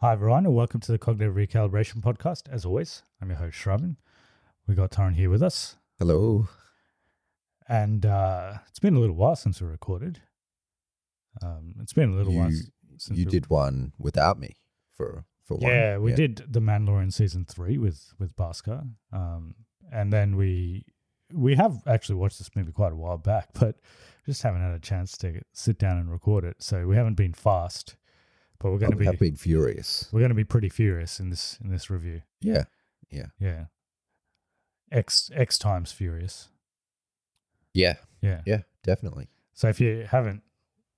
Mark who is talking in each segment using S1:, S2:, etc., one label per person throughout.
S1: Hi, everyone, and welcome to the Cognitive Recalibration Podcast. As always, I'm your host, Shravan. We've got Taryn here with us,
S2: Hello.
S1: and uh, it's been a little while since we recorded. Um, it's been a little while.
S2: You,
S1: s- since
S2: you
S1: we-
S2: did one without me for for one.
S1: Yeah, we did The Mandalorian Season 3 with, with Bhaskar. Um, and then we we have actually watched this movie quite a while back, but just haven't had a chance to sit down and record it. So we haven't been fast, but we're going
S2: Oh,
S1: to
S2: we
S1: be
S2: have been furious.
S1: we're going to be pretty furious in this in this review.
S2: Yeah.
S1: Yeah. X X times furious.
S2: Yeah.
S1: Yeah.
S2: Yeah. Definitely.
S1: So if you haven't,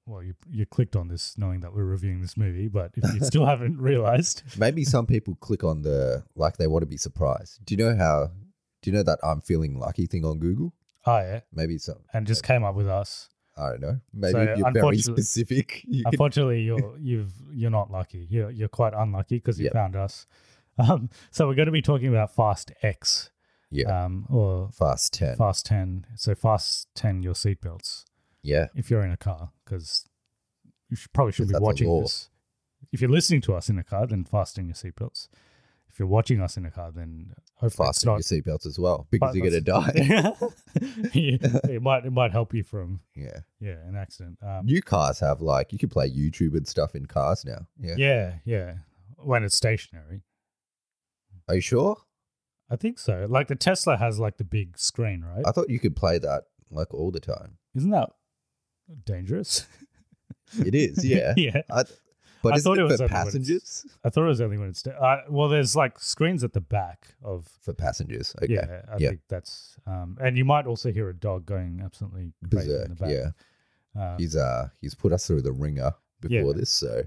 S1: well, you you clicked on this knowing that we're reviewing this movie, but if you still haven't realized,
S2: Maybe some people click on the like they want to be surprised. Do you know how? Do you know that I'm feeling lucky thing on Google?
S1: oh yeah,
S2: Maybe some.
S1: and just came up with us.
S2: I don't know. Maybe
S1: So,
S2: if you're very
S1: unfortunately-
S2: specific. you can-
S1: Unfortunately, you're you've you're not lucky. You're you're quite unlucky because you
S2: Yeah.
S1: found us. Um, so we're going to be talking about Fast X,
S2: yeah.
S1: um, or
S2: fast ten.
S1: Fast Ten. So Fast Ten, your seatbelts
S2: Yeah.
S1: if you're in a car, because you should, probably should be
S2: Because that's a
S1: watching
S2: law.
S1: this. If you're listening to us in a car, then fasten your seatbelts. If you're watching us in a car, then hopefully it's
S2: Fasten
S1: not
S2: your seatbelts as well because
S1: But
S2: you're gonna
S1: that's-
S2: die.
S1: You- it might it might help you from
S2: yeah.
S1: yeah an accident. Um,
S2: New cars have like you can play YouTube and stuff in cars now. Yeah.
S1: yeah, yeah. When it's stationary,
S2: Are you sure?
S1: I think so. Like the Tesla has like the big screen, right?
S2: I thought you could play that like all the time.
S1: Isn't that dangerous?
S2: It is. Yeah.
S1: yeah.
S2: I, but
S1: I
S2: is
S1: thought
S2: it,
S1: it was
S2: for
S1: only when it's-
S2: passengers?
S1: I thought it was only when it's sta- uh, well. There's like screens at the back of
S2: For passengers. Okay.
S1: yeah. I
S2: yeah.
S1: think that's um, and you might also hear a dog going absolutely crazy in the
S2: Berserk.
S1: back.
S2: uh, Yeah.
S1: Um,
S2: He's uh he's put us through the ringer
S1: Yeah.
S2: before this, so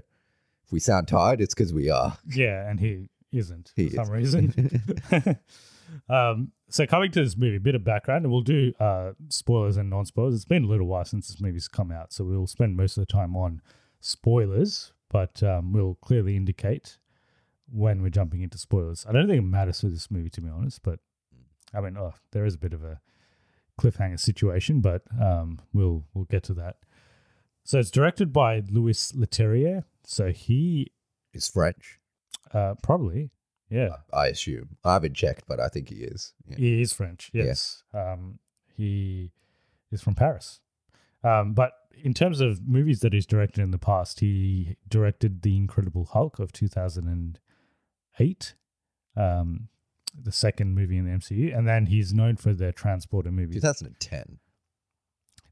S2: if we sound tired, it's because we are.
S1: Yeah, and he isn't
S2: He
S1: for some reason. um, so coming to this movie, a bit of background, and we'll do uh, spoilers and non-spoilers. It's been a little while since this movie's come out, so we'll spend most of the time on spoilers, but um, we'll clearly indicate when we're jumping into spoilers. I don't think it matters for this movie, to be honest, but I mean, oh, there is a bit of a cliffhanger situation, but um, we'll we'll get to that. So it's directed by Louis Leterrier. So he
S2: He's French,
S1: uh, probably. Yeah.
S2: I assume. I haven't checked, but I think he is. Uh, Yeah.
S1: He is French.
S2: Yeah.
S1: Yes. Um, he is from Paris. Um, but in terms of movies that he's directed in the past, he directed The Incredible Hulk of 2008, um, the second movie in the MCU. And then he's known for the Transporter movies.
S2: 2010.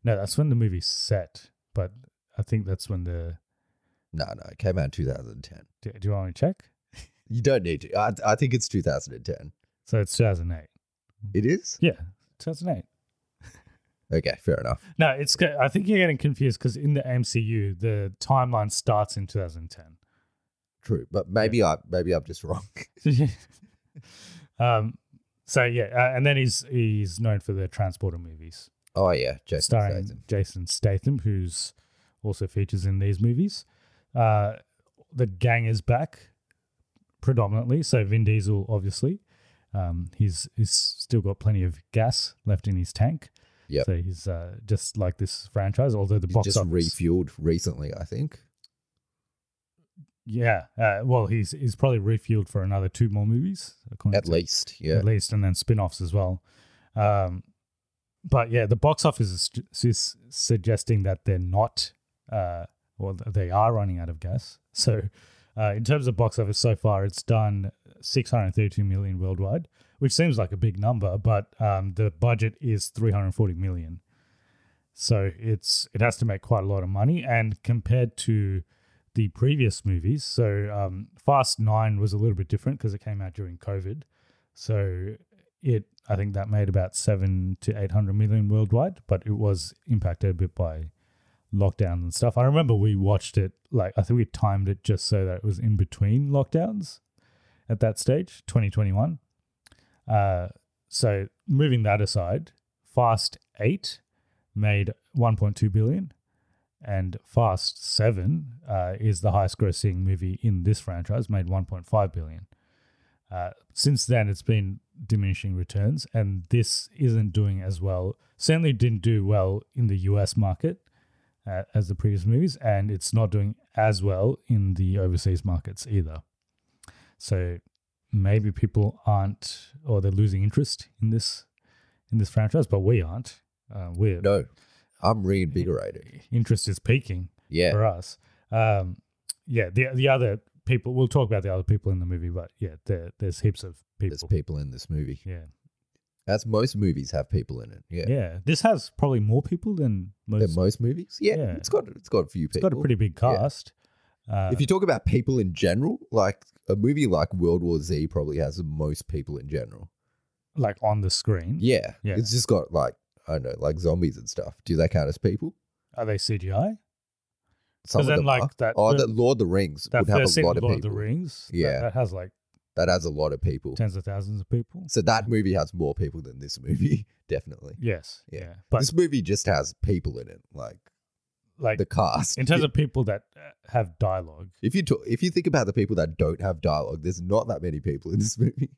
S1: No, that's when the movie's set, but I think that's when the.
S2: No, no, it came out in 2010.
S1: Do, do you want to check?
S2: You don't need to. I, I think it's 2010.
S1: So it's 2008.
S2: It is?
S1: Yeah, 2008.
S2: Okay, fair enough.
S1: No, it's. go- I think you're getting confused because in the MCU, the timeline starts in 2010.
S2: True. But maybe I maybe I'm just wrong.
S1: um, so yeah, uh, and then he's he's known for the transporter movies,
S2: Oh yeah, Jason
S1: starring
S2: Statham.
S1: Jason Statham, who's also features in these movies. Uh, the gang is back, predominantly. So Vin Diesel, obviously, um, he's he's still got plenty of gas left in his tank.
S2: Yep.
S1: So he's uh, just like this franchise, although the
S2: He
S1: box
S2: just
S1: office.
S2: refueled recently, I think.
S1: Yeah. Uh, well, he's he's probably refueled for another two more movies, according
S2: At
S1: to-
S2: least, yeah.
S1: at least, and then spin offs as well. Um, but yeah, the box office is, is suggesting that they're not, uh, well, they are running out of gas. So, uh, in terms of box office so far, it's done 632 million worldwide, which seems like a big number, but um, the budget is 340 million. So it's it has to make quite a lot of money, and compared to the previous movies, so um, Fast Nine was a little bit different because it came out during COVID. So it, I think that made about seven to eight hundred million worldwide, but it was impacted a bit by lockdowns and stuff. I remember we watched it like I think we timed it just so that it was in between lockdowns at that stage, twenty twenty one. Uh, so moving that aside, Fast Eight made one point two billion. And Fast Seven uh, is the highest-grossing movie in this franchise, made 1.5 billion. Uh, since then, it's been diminishing returns, and this isn't doing as well. Certainly didn't do well in the US market uh, as the previous movies, and it's not doing as well in the overseas markets either. So maybe people aren't, or they're losing interest in this in this franchise, but we aren't. Uh, we're
S2: No. I'm reinvigorated.
S1: interest is peaking
S2: Yeah.
S1: for us. Um, yeah, the the other people we'll talk about the other people in the movie, but yeah, there, there's heaps of people.
S2: There's people in this movie.
S1: Yeah.
S2: As most movies have people in it. Yeah.
S1: yeah, This has probably more people than most.
S2: Than most movies. Yeah,
S1: Yeah.
S2: It's got it's got a few
S1: it's
S2: people.
S1: got a pretty big
S2: Yeah.
S1: cast. Uh,
S2: if you talk about people in general, like a movie like World War Z probably has the most people in general.
S1: like on the screen,
S2: Yeah.
S1: Mm-hmm. Yeah.
S2: It's just got like I don't know, like zombies and stuff. Do they count as people?
S1: are they CGI?
S2: Some of
S1: then,
S2: them
S1: like,
S2: are.
S1: that-
S2: oh,
S1: the-
S2: that Lord of the Rings
S1: That
S2: would have
S1: first
S2: a
S1: scene
S2: lot
S1: in
S2: of
S1: Lord
S2: people.
S1: of the Rings, that-
S2: Yeah.
S1: that, has like
S2: That has a lot of people.
S1: tens of thousands of people.
S2: So that movie has more people than this movie, definitely.
S1: yes, yeah,
S2: Yeah.
S1: but
S2: this movie just has people in it, like
S1: like
S2: the cast.
S1: in terms of people that uh, have dialogue,
S2: if you talk, if you think about the people that don't have dialogue, there's not that many people in this movie.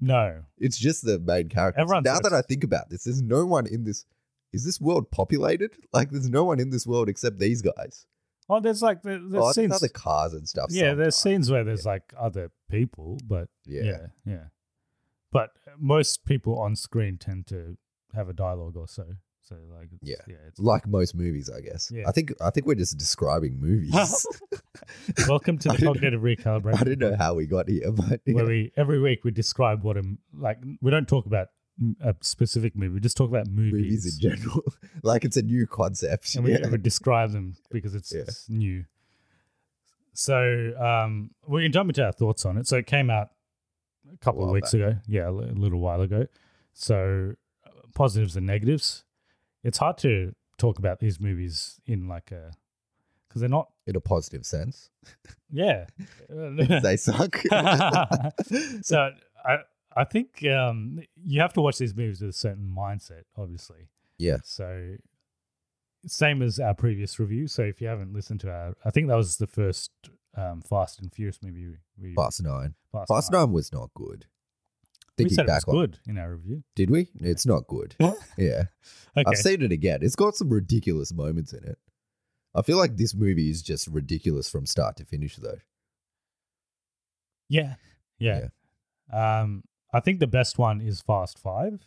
S1: no,
S2: It's just the main characters.
S1: Everyone's
S2: now
S1: got-
S2: that I think about this, there's no one in this. Is this world populated? Like, there's no one in this world except these guys.
S1: oh, there's like there, there's
S2: Oh, I think
S1: scenes,
S2: other cars and stuff.
S1: yeah, there's
S2: sometimes.
S1: scenes where there's like other people, but yeah.
S2: Yeah.
S1: yeah, But most people on screen tend to have a dialogue or so. So like, it's,
S2: Yeah.
S1: yeah, it's
S2: like most movies, I guess.
S1: Yeah.
S2: I think I think we're just describing movies.
S1: Welcome to
S2: I
S1: the
S2: didn't-
S1: cognitive recalibration.
S2: I don't know how we got here, but
S1: Where we every week we describe what a m- like we don't talk about m- a specific movie. We just talk about movies,
S2: movies in general, like it's a new concept.
S1: and we,
S2: yeah.
S1: we describe them because it's,
S2: Yeah.
S1: it's new. So um, we can jump into our thoughts on it. So it came out a couple of
S2: while
S1: weeks ago. Yeah, a li- a little while ago. So uh, positives and negatives. It's hard to talk about these movies in like a because they're not.
S2: in a positive sense.
S1: Yeah.
S2: they suck.
S1: so I I think um, you have to watch these movies with a certain mindset, obviously.
S2: yeah.
S1: So same as our previous review. So if you haven't listened to our, I think that was the first um, Fast and Furious movie. We,
S2: Fast Nine.
S1: Fast
S2: Fast Nine was not good.
S1: We
S2: Thinking
S1: said it was
S2: back on,
S1: good in our review.
S2: did we? It's not good. yeah,
S1: Okay.
S2: I've seen it again. It's got some ridiculous moments in it. I feel like this movie is just ridiculous from start to finish, though.
S1: yeah. Yeah. Um, I think the best one is Fast Five.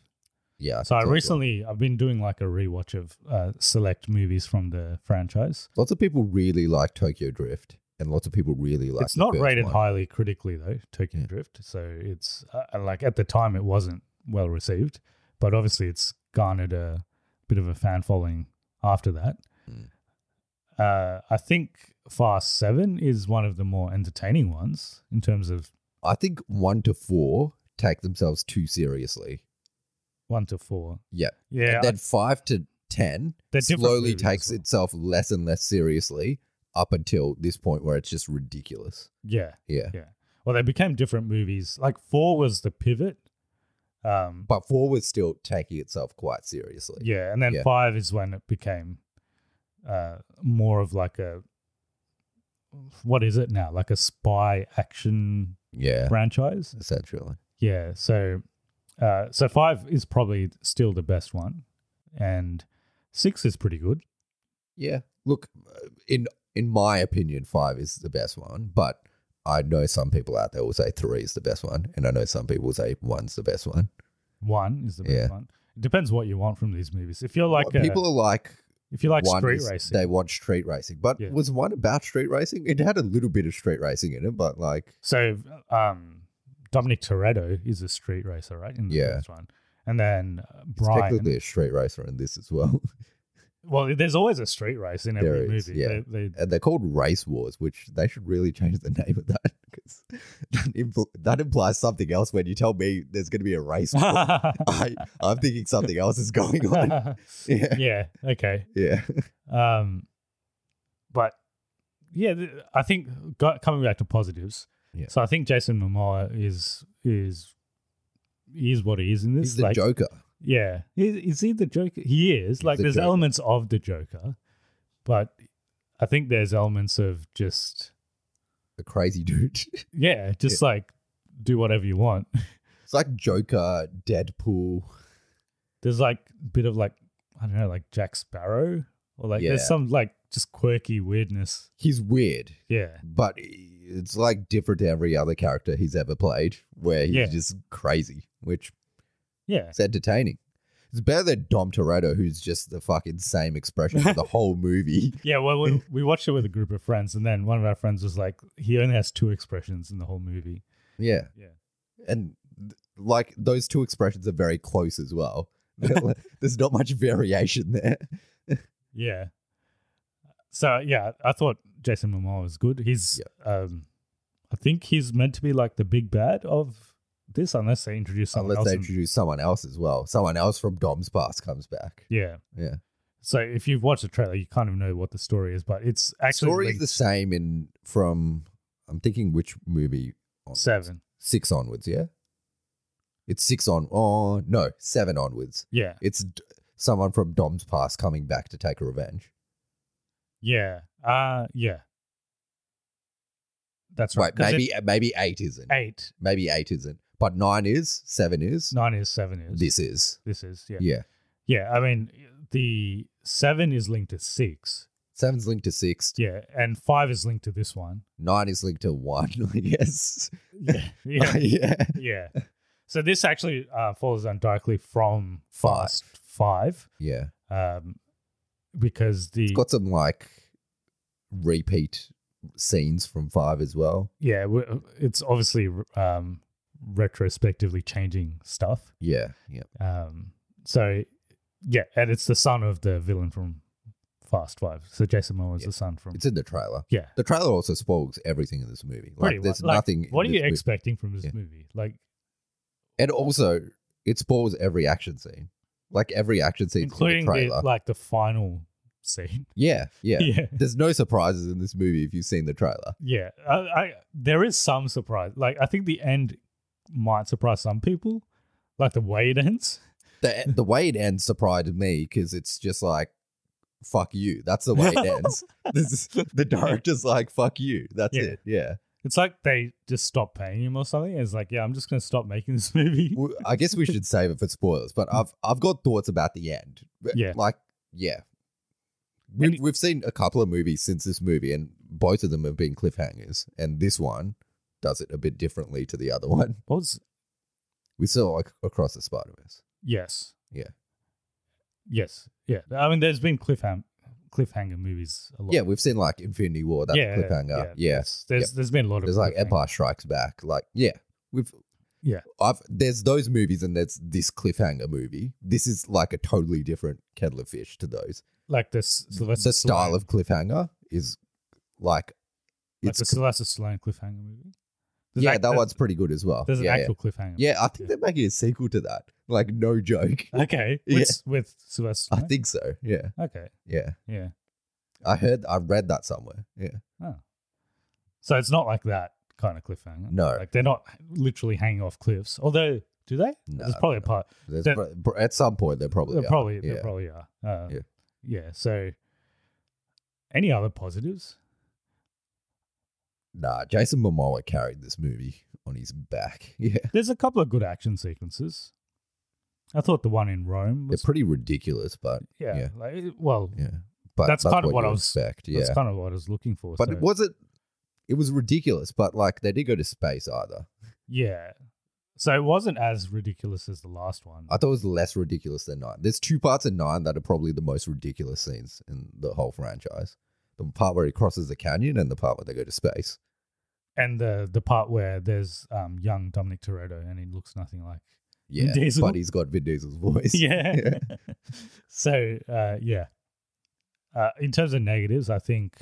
S2: Yeah.
S1: So I
S2: think that's right.
S1: recently I've been doing like a rewatch of uh, select movies from the franchise.
S2: lots of people really like Tokyo Drift, and lots of people really like.
S1: it's
S2: the
S1: not
S2: first
S1: rated
S2: one.
S1: highly critically though, Tokyo
S2: Yeah.
S1: Drift. So it's uh, like at the time it wasn't well received, but obviously it's garnered a bit of a fan following after that.
S2: Mm.
S1: Uh, I think Fast Seven is one of the more entertaining ones in terms of
S2: I think one to four take themselves too seriously.
S1: one to four.
S2: Yeah.
S1: Yeah,
S2: and then five to ten
S1: They're different
S2: slowly
S1: movies
S2: takes
S1: as well.
S2: itself less and less seriously up until this point where it's just ridiculous.
S1: yeah,
S2: Yeah.
S1: yeah. Well, they became different movies. Like four was the pivot. Um,
S2: But four was still taking itself quite seriously.
S1: yeah, and then
S2: Yeah.
S1: five is when it became uh, more of like a what is it now? Like a spy action
S2: Yeah.
S1: franchise.
S2: Essentially.
S1: Yeah. So, uh, so five is probably still the best one, and six is pretty good.
S2: Yeah. Look, uh, in in my opinion, five is the best one, but I know some people out there will say three is the best one, and I know some people will say one's the best one.
S1: One is the best
S2: Yeah.
S1: one. It depends what you want from these movies. If you're like
S2: What people
S1: a,
S2: are like,
S1: if you like
S2: one
S1: street
S2: is
S1: racing,
S2: They want street racing, but
S1: Yeah.
S2: was one about street racing? It had a little bit of street racing in it, but like,
S1: so um, Dominic Toretto is a street racer, right? In the
S2: Yeah.
S1: first one, and then uh,
S2: it's technically
S1: Brian.
S2: a street racer in this as well.
S1: Well, there's always a street race in
S2: There
S1: every
S2: is,
S1: movie.
S2: yeah.
S1: They, they,
S2: and they're called race wars, which they should really change the name of that because that, impl- that implies something else. When you tell me there's going to be a race war, I, I'm thinking something else is going on. Yeah.
S1: yeah. Okay.
S2: Yeah.
S1: Um, but yeah, th- I think go coming back to positives.
S2: Yeah.
S1: So I think Jason Momoa is is he is what he is in this.
S2: He's the
S1: like,
S2: Joker.
S1: Yeah, is, is he the Joker? He is. like,
S2: the
S1: there's
S2: Joker.
S1: elements of the Joker, but I think there's elements of just
S2: the crazy dude.
S1: yeah, just like do whatever you want.
S2: it's like Joker, Deadpool.
S1: There's like a bit of like I don't know, like Jack Sparrow, or like
S2: Yeah.
S1: there's some like just quirky weirdness.
S2: He's weird,
S1: Yeah,
S2: but it's like different to every other character he's ever played, where he's
S1: Yeah.
S2: just crazy, which
S1: yeah.
S2: is entertaining. It's better than Dom Toretto, who's just the fucking same expression for the whole movie.
S1: Yeah, well, we, we watched it with a group of friends, and then one of our friends was like, he only has two expressions in the whole movie.
S2: Yeah.
S1: Yeah.
S2: And th- like those two expressions are very close as well. There's not much variation there.
S1: Yeah. So yeah, I thought Jason Momoa was good. He's, um, I think he's meant to be like the big bad of this, unless they introduce someone
S2: Unless they
S1: else. in-
S2: introduce someone else as well. Someone else from Dom's past comes back.
S1: yeah.
S2: Yeah.
S1: So if you've watched the trailer, you kind of know what the story is, but it's actually
S2: story is
S1: linked
S2: the same in from I'm thinking which movie on
S1: seven.
S2: six onwards, yeah. It's six on. Oh no, seven onwards.
S1: Yeah.
S2: It's d- someone from Dom's past coming back to take revenge.
S1: Yeah. Uh yeah. That's right.
S2: Right?
S1: 'cause
S2: Maybe uh,
S1: it-
S2: maybe eight isn't.
S1: eight,
S2: Maybe eight isn't. But nine is. Seven is.
S1: nine is, seven is.
S2: This is.
S1: This is yeah.
S2: Yeah.
S1: Yeah, I mean the seven is linked to six.
S2: Seven's linked to six.
S1: Yeah, and five is linked to this one.
S2: Nine is linked to one. I guess.
S1: Yeah, yeah,
S2: yeah.
S1: yeah. So this actually uh, follows on directly from
S2: Five.
S1: Fast Five,
S2: Yeah.
S1: um, because the
S2: It's got some like repeat scenes from five as well.
S1: yeah, w- it's obviously um, retrospectively changing stuff.
S2: Yeah. Yeah.
S1: Um, so yeah, and it's the son of the villain from Fast Five. So Jason Momoa is
S2: Yeah.
S1: the son from
S2: It's in the trailer.
S1: yeah.
S2: The trailer also spoils everything in this movie.
S1: Pretty
S2: Like,
S1: much.
S2: there's
S1: Like,
S2: nothing. in
S1: What are
S2: this
S1: you
S2: movie.
S1: expecting from this
S2: Yeah.
S1: movie? Like,
S2: And also, it spoils every action scene. Like every action scene,
S1: including
S2: in the trailer.
S1: the, like the final scene.
S2: yeah, yeah,
S1: Yeah.
S2: There's no surprises in this movie if you've seen the trailer.
S1: Yeah, I, I there is some surprise. Like, I think the end might surprise some people, like the way it ends.
S2: The the way it ends surprised me because it's just like, fuck you. That's the way it ends. this is, the director's like, fuck you. That's
S1: Yeah.
S2: it. Yeah.
S1: It's like they just stopped paying him or something. It's like, yeah, I'm just gonna stop making this movie.
S2: Well, I guess we should save it for spoilers, but I've I've got thoughts about the end. But,
S1: Yeah.
S2: like yeah, we've
S1: Any-
S2: we've seen a couple of movies since this movie, and both of them have been cliffhangers, and this one does it a bit differently to the other one.
S1: What was?
S2: We saw like across the Spider Verse.
S1: Yes,
S2: Yeah,
S1: yes, yeah. I mean, there's been cliffhanger cliffhanger movies a lot.
S2: yeah, we've seen like Infinity War, that cliffhanger. Yeah,
S1: There's there's,
S2: Yep.
S1: there's been a lot of
S2: there's like
S1: cliffhanger-
S2: Empire Strikes Back. Like yeah, we've
S1: Yeah,
S2: I've there's those movies and there's this cliffhanger movie. This is like a totally different kettle of fish to those.
S1: like this Sylvester
S2: the style of cliffhanger is like
S1: it's
S2: it's
S1: like the Sylvester Stallone cliffhanger movie. There's
S2: yeah,
S1: act-
S2: that
S1: there's-
S2: one's pretty good as well.
S1: There's an
S2: yeah,
S1: actual cliffhanger.
S2: yeah. yeah, I think they're making a sequel to that. Like no joke.
S1: Okay.
S2: Yeah.
S1: With, with Sylvester.
S2: I
S1: Stallone?
S2: think so. Yeah,
S1: Okay.
S2: yeah.
S1: Yeah.
S2: I heard, I read that somewhere. Yeah,
S1: Oh. So it's not like that kind of cliffhanger.
S2: No.
S1: Like they're not literally hanging off cliffs. Although, do they?
S2: No,
S1: There's probably a
S2: no.
S1: part.
S2: There's
S1: Then-
S2: pro- pro- at some point they probably
S1: They
S2: are.
S1: probably,
S2: yeah.
S1: they probably are. Um, yeah.
S2: Yeah.
S1: So, any other positives?
S2: Nah, Jason Momoa carried this movie on his back. Yeah,
S1: There's a couple of good action sequences. I thought the one in Rome
S2: they're
S1: was
S2: pretty ridiculous, but
S1: yeah,
S2: yeah,
S1: Like, well,
S2: yeah. But
S1: That's kind of what
S2: you
S1: I was-
S2: expect. Yeah,
S1: that's kind of what I was looking for.
S2: but
S1: so-
S2: it wasn't. It was ridiculous, but like they did go to space either.
S1: yeah. So it wasn't as ridiculous as the last one.
S2: I thought it was less ridiculous than nine. There's two parts in nine that are probably the most ridiculous scenes in the whole franchise. The part where he crosses the canyon and the part where they go to space.
S1: and the the part where there's um young Dominic Toretto and he looks nothing like Vin
S2: Yeah,
S1: Diesel.
S2: but he's got Vin Diesel's voice.
S1: yeah. so uh, yeah. Uh, in terms of negatives, I think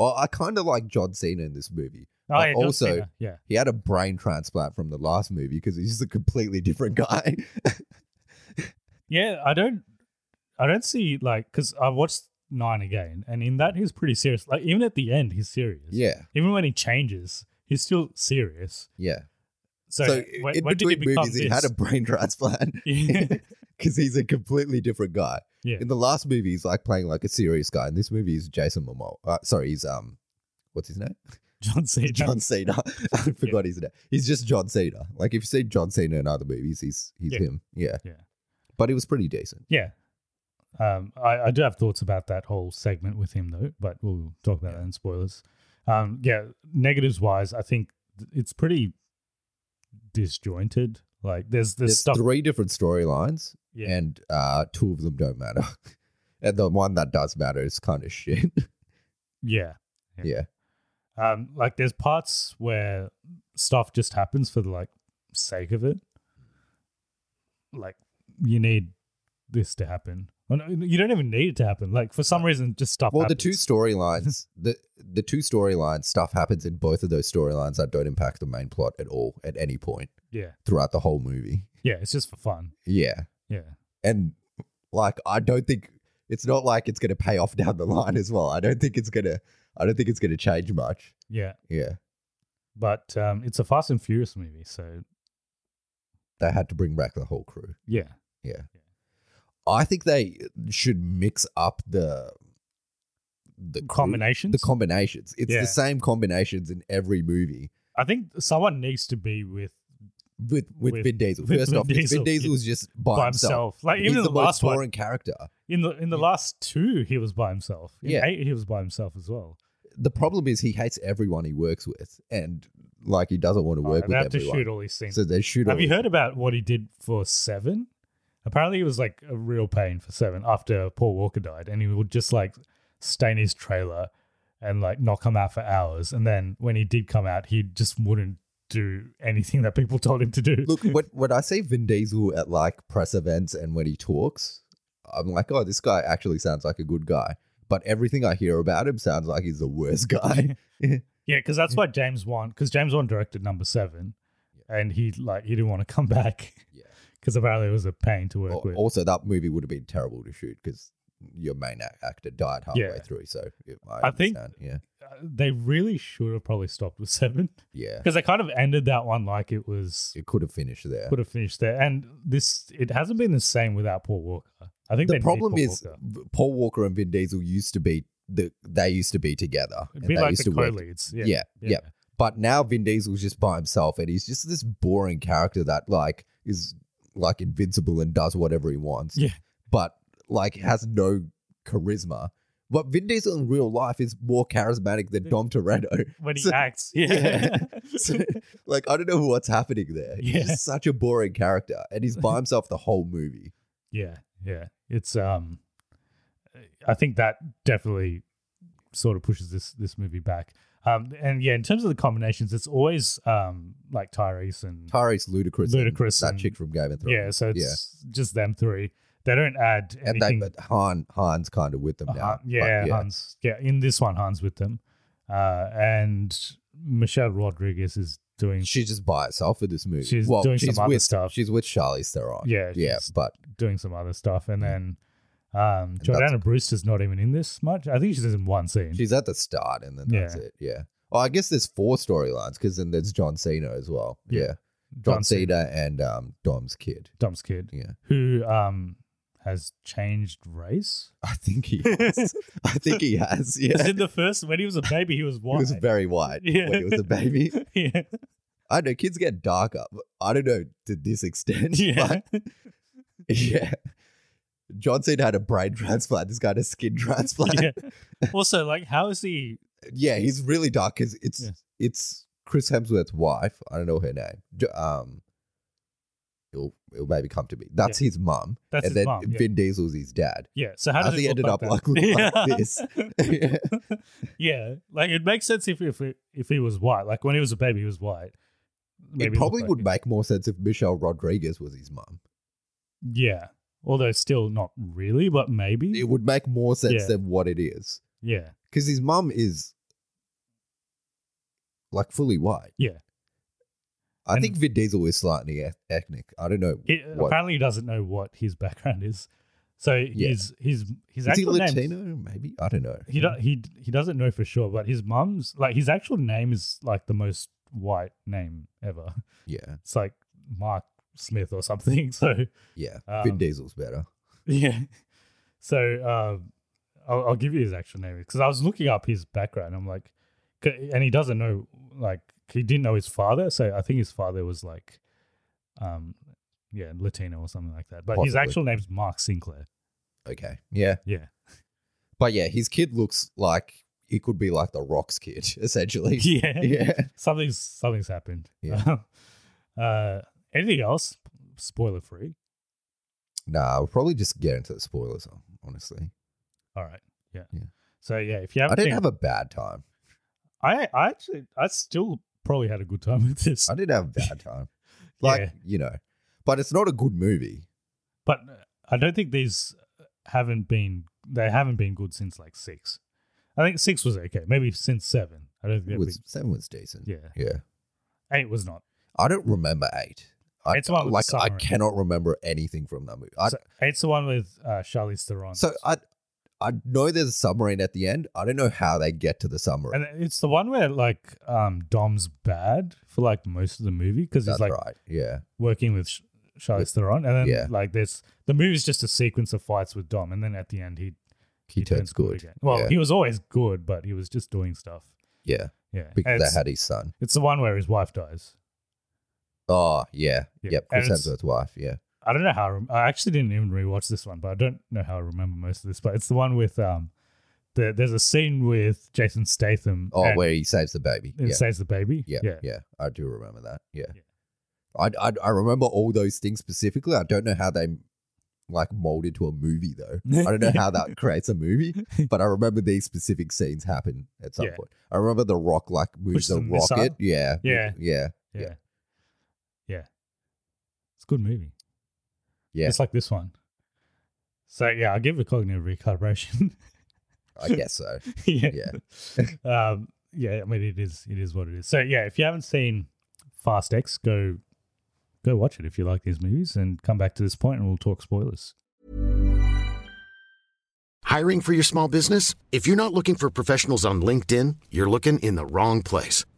S2: Oh, I kind of like John Cena in this movie.
S1: oh,
S2: But
S1: yeah, John
S2: also,
S1: Cena, yeah,
S2: he had a brain transplant from the last movie because he's just a completely different guy.
S1: yeah. I don't, I don't see like because I watched nine again, and in that he's pretty serious. Like even at the end, he's serious.
S2: yeah,
S1: Even when he changes, he's still serious.
S2: yeah.
S1: So, uh, when,
S2: in
S1: when did he
S2: between
S1: become
S2: movies,
S1: this?
S2: he had a brain transplant because he's a completely different guy.
S1: yeah.
S2: In the last movie, he's like playing like a serious guy. In this movie, he's Jason Momoa. Uh, sorry, he's um, what's his name?
S1: John Cena.
S2: John Cena. I forgot his name. He's just John Cena. Like if you see John Cena in other movies, he's he's
S1: Yeah.
S2: him. Yeah.
S1: Yeah.
S2: But it was pretty decent.
S1: Yeah. Um, I, I do have thoughts about that whole segment with him though, but we'll talk about that in spoilers. Um, yeah, negatives wise, I think th- it's pretty disjointed. Like there's there's,
S2: There's
S1: stuff.
S2: three different storylines,
S1: yeah,
S2: and uh, two of them don't matter, and the one that does matter is kind of shit.
S1: yeah.
S2: yeah.
S1: Um, like there's parts where stuff just happens for the like sake of it. Like you need this to happen. Well, no, You don't even need it to happen. Like for some reason, just stuff.
S2: Well, the two
S1: happens.
S2: storylines, the the two storylines stuff happens in both of those storylines that don't impact the main plot at all at any point
S1: Yeah,
S2: throughout the whole movie.
S1: yeah. It's just for fun.
S2: Yeah.
S1: Yeah.
S2: and like I don't think it's not like it's going to pay off down the line as well. I don't think it's going to I don't think it's going to change much.
S1: Yeah.
S2: Yeah.
S1: but um, it's a Fast and Furious movie, so
S2: They had to bring back the whole crew.
S1: yeah,
S2: Yeah. I think they should mix up the the crew-
S1: combinations.
S2: the combinations. It's
S1: Yeah.
S2: the same combinations in every movie.
S1: I think someone needs to be with
S2: With with,
S1: With-
S2: Vin Diesel.
S1: with
S2: First
S1: Vin
S2: off, it's
S1: Diesel.
S2: Vin Diesel is just by,
S1: by
S2: himself.
S1: himself. Like
S2: He's
S1: even in
S2: the,
S1: the,
S2: most
S1: last
S2: boring
S1: one,
S2: character.
S1: in the in the last two, he was by himself. In
S2: Yeah.
S1: eight, he was by himself as well.
S2: The problem is he hates everyone he works with, and like he doesn't want to
S1: Uh,
S2: work
S1: they
S2: with
S1: have to
S2: everyone.
S1: shoot all these scenes.
S2: so they shoot.
S1: have
S2: all
S1: you
S2: these-
S1: heard about what he did for Seven? Apparently, it was like a real pain for Seven after Paul Walker died, and he would just like stay in his trailer and like not come out for hours. And then when he did come out, he just wouldn't do anything that people told him to do.
S2: Look, when, when I see Vin Diesel at like press events and when he talks, I'm like, oh, this guy actually sounds like a good guy. But everything I hear about him sounds like he's the worst guy.
S1: Yeah, because that's why James Wan, because James Wan directed number seven, and he like he didn't want to come back
S2: Yeah.
S1: because apparently it was a pain to work
S2: Al-
S1: with.
S2: Also, that movie would have been terrible to shoot because your main ac- actor died halfway
S1: Yeah.
S2: through. So it, I,
S1: I think-
S2: understand. yeah,
S1: Uh, they really should have probably stopped with seven
S2: yeah,
S1: because they kind of ended that one like it was
S2: it could have finished there.
S1: could have finished there. And this it hasn't been the same without Paul Walker. I think they
S2: The
S1: need
S2: problem
S1: Paul
S2: is
S1: Walker.
S2: v- Paul Walker and Vin Diesel used to be the they used to be together.
S1: it'd
S2: and
S1: be
S2: they
S1: like
S2: used
S1: the
S2: to
S1: co
S2: work
S1: leads.
S2: Yeah, yeah. But now Vin Diesel's just by himself and he's just this boring character that like is like invincible and does whatever he wants.
S1: Yeah.
S2: But like has no charisma. But Vin Diesel in real life is more charismatic than Dom Toretto.
S1: When he
S2: So-
S1: acts, yeah,
S2: so, like I don't know what's happening there. He's
S1: Yeah.
S2: just such a boring character and he's by himself the whole movie.
S1: yeah, yeah. It's um, I think that definitely sort of pushes this this movie back. Um, and yeah, in terms of the combinations, it's always um like Tyrese and
S2: Tyrese ludicrous.
S1: Ludacris
S2: that
S1: and-
S2: chick from Game of Thrones.
S1: yeah, so it's just them three. They don't add
S2: And they,
S1: anything.
S2: but Han Han's kind of with them
S1: Uh,
S2: now.
S1: Han-
S2: but
S1: yeah, Hans. Yeah, in this one, Hans with them, uh, and Michelle Rodriguez is doing
S2: She's just by herself with this movie.
S1: She's
S2: well,
S1: doing some
S2: she's
S1: other
S2: with
S1: stuff.
S2: She's with Charlize Theron.
S1: Yeah,
S2: yeah,
S1: she's-
S2: but
S1: doing some other stuff, and then um,
S2: that's-
S1: Jordana Brewster's not even in this much. I think she's in one scene.
S2: she's at the start, and then that's
S1: Yeah.
S2: it. Yeah. Well, I guess there's four storylines because then there's John Cena as well.
S1: Yeah.
S2: Yeah,
S1: John
S2: John, Cena, and um, Dom's kid.
S1: Dumb's kid,
S2: Yeah,
S1: who um, has changed race.
S2: I think he. Has. I think he has. Yeah,
S1: Is
S2: he
S1: in the first when he was a baby, he was white.
S2: was very white
S1: Yeah.
S2: when he was a baby.
S1: yeah,
S2: I know kids get darker. But I don't know to this extent.
S1: yeah.
S2: But yeah. John Cena had a brain transplant. This guy had a skin transplant.
S1: yeah.
S2: Yeah,
S1: Also, like, how is he?
S2: he's really dark because it's
S1: Yeah.
S2: it's Chris Hemsworth's wife. I don't know her name. Jo- Um, it'll it'll maybe come to me. That's his mum.
S1: That's
S2: and
S1: his
S2: then
S1: mum, yeah.
S2: Vin Diesel's his dad.
S1: Yeah. So how
S2: How's
S1: does
S2: he
S1: it
S2: ended
S1: look
S2: up
S1: like,
S2: like,
S1: that?
S2: look like this? Yeah.
S1: yeah, like it makes sense if if if he was white. Like when he was a baby, he was white. Maybe
S2: it
S1: he
S2: probably
S1: looked
S2: would
S1: like
S2: make more sense if Michelle Rodriguez was his mum.
S1: it. Yeah. Although still not really, but maybe.
S2: It would make more sense
S1: Mm. Yeah.
S2: than what it is.
S1: yeah.
S2: Because his mum is like fully white.
S1: Yeah.
S2: I
S1: And-
S2: think Vin Diesel is slightly eth- ethnic. I don't know.
S1: He
S2: what-
S1: apparently he doesn't know what his background is. So his his his
S2: is he
S1: actual
S2: Latino?
S1: name.
S2: Maybe I don't know.
S1: He do, he he doesn't know for sure, but his mum's like his actual name is like the most white name ever.
S2: yeah,
S1: It's like Mark Smith or something. So
S2: yeah.
S1: Um,
S2: Vin Diesel's better.
S1: Yeah. So um, I'll, I'll give you his actual name because I was looking up his background. I'm like, 'cause- and he doesn't know, like, he didn't know his father. So I think his father was like, um, yeah, Latino or something like that. But his
S2: Possibly.
S1: actual name's Mark Sinclair.
S2: Okay, yeah,
S1: Yeah.
S2: but yeah, his kid looks like he could be like the Rock's kid, essentially.
S1: Yeah.
S2: yeah.
S1: Something's something's happened.
S2: Yeah.
S1: uh, anything else? Spoiler free.
S2: Nah, we'll probably just get into the spoilers. Honestly,
S1: All right. Yeah.
S2: Yeah.
S1: So yeah, if you
S2: I
S1: haven't,
S2: didn't
S1: seen-
S2: have a bad time.
S1: I I actually I still probably had a good time with this.
S2: I didn't have a bad time. Like
S1: Yeah.
S2: you know, but it's not a good movie.
S1: But I don't think these haven't been they haven't been good since like six. I think six was okay. Maybe since seven. I don't think
S2: It
S1: they've
S2: was
S1: been-
S2: seven was decent.
S1: Yeah.
S2: yeah.
S1: eight was not.
S2: I don't remember eight. I,
S1: It's the one with the
S2: like
S1: summer
S2: I
S1: in it.
S2: cannot remember anything from that movie. I,
S1: so,
S2: so,
S1: eight's the one with uh, Charlize Theron.
S2: I I know there's a submarine at the end. I don't know how they get to the submarine.
S1: and it's the one where like um, Dom's bad for like most of the movie because he's
S2: That's
S1: like
S2: right. Yeah,
S1: working with Sh- Charlize Theron, and then
S2: Yeah.
S1: like there's the movie's just a sequence of fights with Dom, and then at the end he
S2: he, turns, good.
S1: again. Well,
S2: yeah,
S1: he was always good, but he was just doing stuff.
S2: yeah,
S1: Yeah,
S2: because
S1: And it's,
S2: they had his son.
S1: it's the one where his wife dies.
S2: Oh yeah,
S1: Yeah,
S2: yep.
S1: and it's-
S2: Chris Hemsworth's wife. Yeah,
S1: I don't know how I, rem- I actually didn't even rewatch this one, but I don't know how I remember most of this. But it's the one with um, the, there's a scene with Jason Statham.
S2: oh
S1: and
S2: where he saves the baby.
S1: it
S2: Yeah.
S1: saves the baby.
S2: yeah,
S1: yeah,
S2: yeah, I do remember that. Yeah,
S1: Yeah.
S2: I, I I remember all those things specifically. I don't know how they like molded to a movie though. I don't know how that creates a movie, but I remember these specific scenes happen at some
S1: Yeah.
S2: point. I remember the rock like moves
S1: Pushes
S2: a
S1: the missile.
S2: rocket. Yeah,
S1: Yeah.
S2: yeah,
S1: yeah, yeah.
S2: Yeah.
S1: It's a good movie.
S2: yeah.
S1: It's like this one. So yeah, I'll give it cognitive recalibration.
S2: I guess so.
S1: yeah.
S2: Yeah.
S1: um, yeah, I mean it is it is what it is. So yeah, if you haven't seen Fast X, go go watch it if you like these movies and come back to this point and we'll talk spoilers.
S3: Hiring for your small business? If you're not looking for professionals on LinkedIn, you're looking in the wrong place.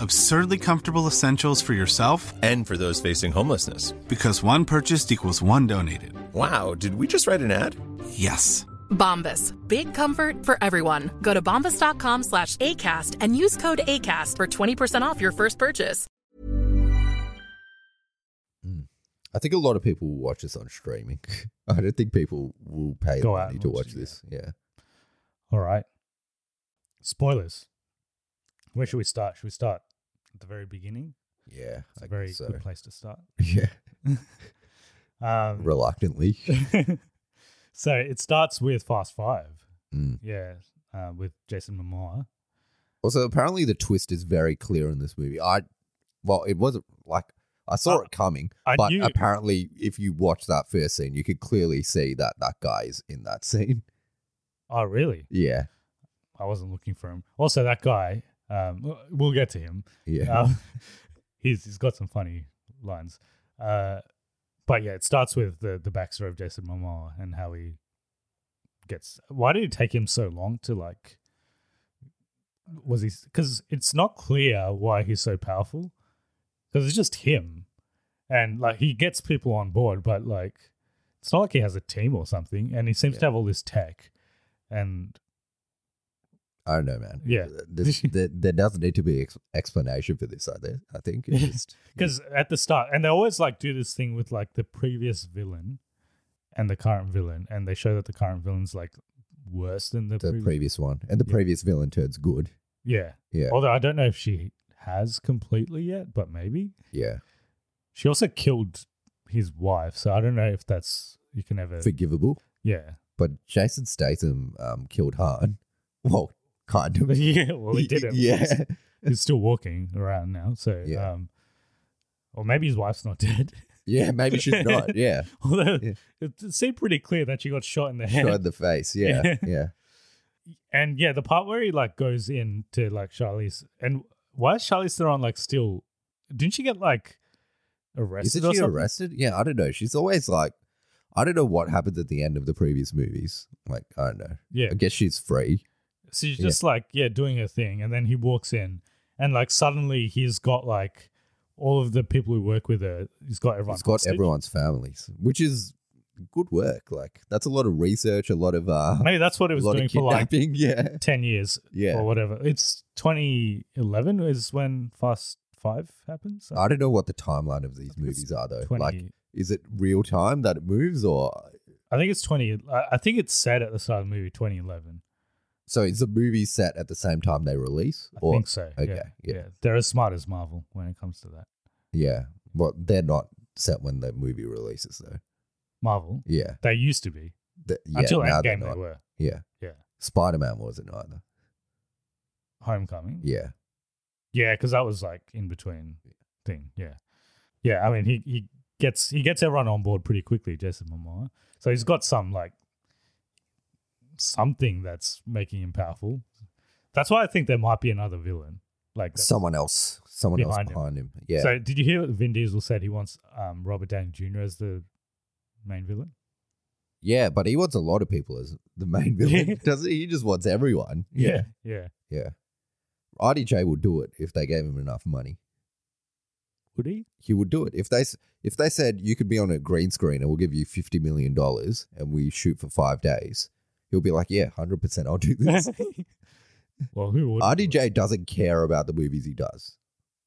S4: Absurdly comfortable essentials for yourself
S5: And for those facing homelessness.
S4: because one purchased equals one donated.
S5: Wow, did we just write an ad?
S4: Yes.
S6: Bombas. Big comfort for everyone. Go to bombas.com slash ACAST and use code ACAST for 20% off your first purchase.
S2: I think a lot of people will watch this on streaming. I don't think people will pay
S1: Go
S2: the
S1: out
S2: money
S1: and
S2: to
S1: watch
S2: watch
S1: it, yeah.
S2: this. Yeah.
S1: All right. Spoilers. Where should we start? Should we start at the very beginning?
S2: Yeah.
S1: It's
S2: I
S1: a very
S2: guess so.
S1: good place to start.
S2: Yeah.
S1: Um,
S2: Reluctantly.
S1: so it starts with Fast Five.
S2: Mm.
S1: Yeah, uh, with Jason Momoa.
S2: Also, apparently the twist is very clear in this movie. I, well, it wasn't like I saw
S1: Uh,
S2: it coming,
S1: I
S2: but
S1: knew-
S2: apparently, if you watch that first scene, you could clearly see that that guy is in that scene.
S1: Oh, really?
S2: Yeah,
S1: I wasn't looking for him. Also, that guy. Um, w- we'll get to him.
S2: yeah,
S1: Um, he's he's got some funny lines. Uh, but yeah, it starts with the the backstory of Jason Momoa and how he gets. Why did it take him so long to like? Was he? Because it's not clear why he's so powerful. Because it's just him, and like he gets people on board, but like it's not like he has a team or something, and he seems to have all this tech. And
S2: I don't know, man. Uh,
S1: Yeah.
S2: This- there, there doesn't need to be ex- explanation for this. I think. I think it's just
S1: because at the start and they always like do this thing with like the previous villain and the current villain and they show that the current villain's like worse than the,
S2: the
S1: previous
S2: previous one, and the
S1: Yeah.
S2: previous villain turns good.
S1: yeah
S2: Yeah,
S1: although i don't know if she has completely yet but maybe
S2: yeah,
S1: she also killed his wife so i don't know if that's you can ever
S2: forgivable.
S1: yeah
S2: But Jason Statham um, killed hard. Well, kind of.
S1: yeah well he didn't
S2: Yeah,
S1: he's still walking around now so
S2: Yeah.
S1: um or maybe his wife's not dead
S2: yeah. Maybe she's not. Yeah.
S1: although
S2: Yeah.
S1: it, it seemed pretty clear that she got shot in the head
S2: Shot in the face. Yeah, yeah.
S1: and yeah, the part where he like goes in to like Charlize, and why is Charlize Theron like still? Didn't she get like arrested
S2: Isn't
S1: or
S2: she
S1: something?
S2: arrested? Yeah, I don't know. She's always like, I don't know what happened at the end of the previous movies. Like, I don't know.
S1: Yeah.
S2: I guess she's free.
S1: So she's
S2: Yeah.
S1: just like yeah, doing her thing, and then he walks in, and like suddenly he's got like all of the people who work with her. He's got everyone.
S2: She's got
S1: hostage.
S2: everyone's families, which is good work. Like, that's a lot of research, a lot of uh,
S1: Maybe that's what it
S2: a
S1: was
S2: lot
S1: doing
S2: of
S1: for like
S2: kidnapping. yeah,
S1: ten years,
S2: Yeah.
S1: or whatever. It's 2011 is when Fast Five happens.
S2: I don't know what the timeline of these
S1: think it's
S2: movies are though.
S1: 20
S2: Like, is it real time that it moves, or
S1: I think it's 20. I I think it's said at the start of the movie 2011.
S2: so is the movie set at the same time they release?
S1: I
S2: Or
S1: think so.
S2: Okay,
S1: yeah,
S2: yeah.
S1: They're as smart as Marvel when it comes to that.
S2: yeah. Well, they're not set when the movie releases though.
S1: Marvel.
S2: Yeah,
S1: They used to be.
S2: The- yeah
S1: Until
S2: now they're
S1: Endgame they
S2: not.
S1: were.
S2: Yeah,
S1: Yeah.
S2: Spider Man wasn't either.
S1: Homecoming.
S2: Yeah.
S1: Yeah, because that was like in between thing. Yeah. Yeah. I mean he he gets he gets everyone on board pretty quickly, Jason Momoa. So he's got some like something that's making him powerful. That's why I think there might be another villain. Like that's-
S2: someone else, someone else
S1: Behind him.
S2: behind him. Yeah,
S1: So did you hear what Vin Diesel said he wants um, Robert Downey Jr. as the main villain?
S2: yeah, but he wants a lot of people as the main villain, doesn't he? He just wants everyone.
S1: Yeah.
S2: yeah. RDJ would do it if they gave him enough money.
S1: Would he?
S2: He would do it if they s- if they said you could be on a green screen and we'll give you fifty million dollars and we shoot for five days. He'll be like, yeah, hundred percent, I'll do this.
S1: well, who would?
S2: RDJ doesn't care about the movies he does.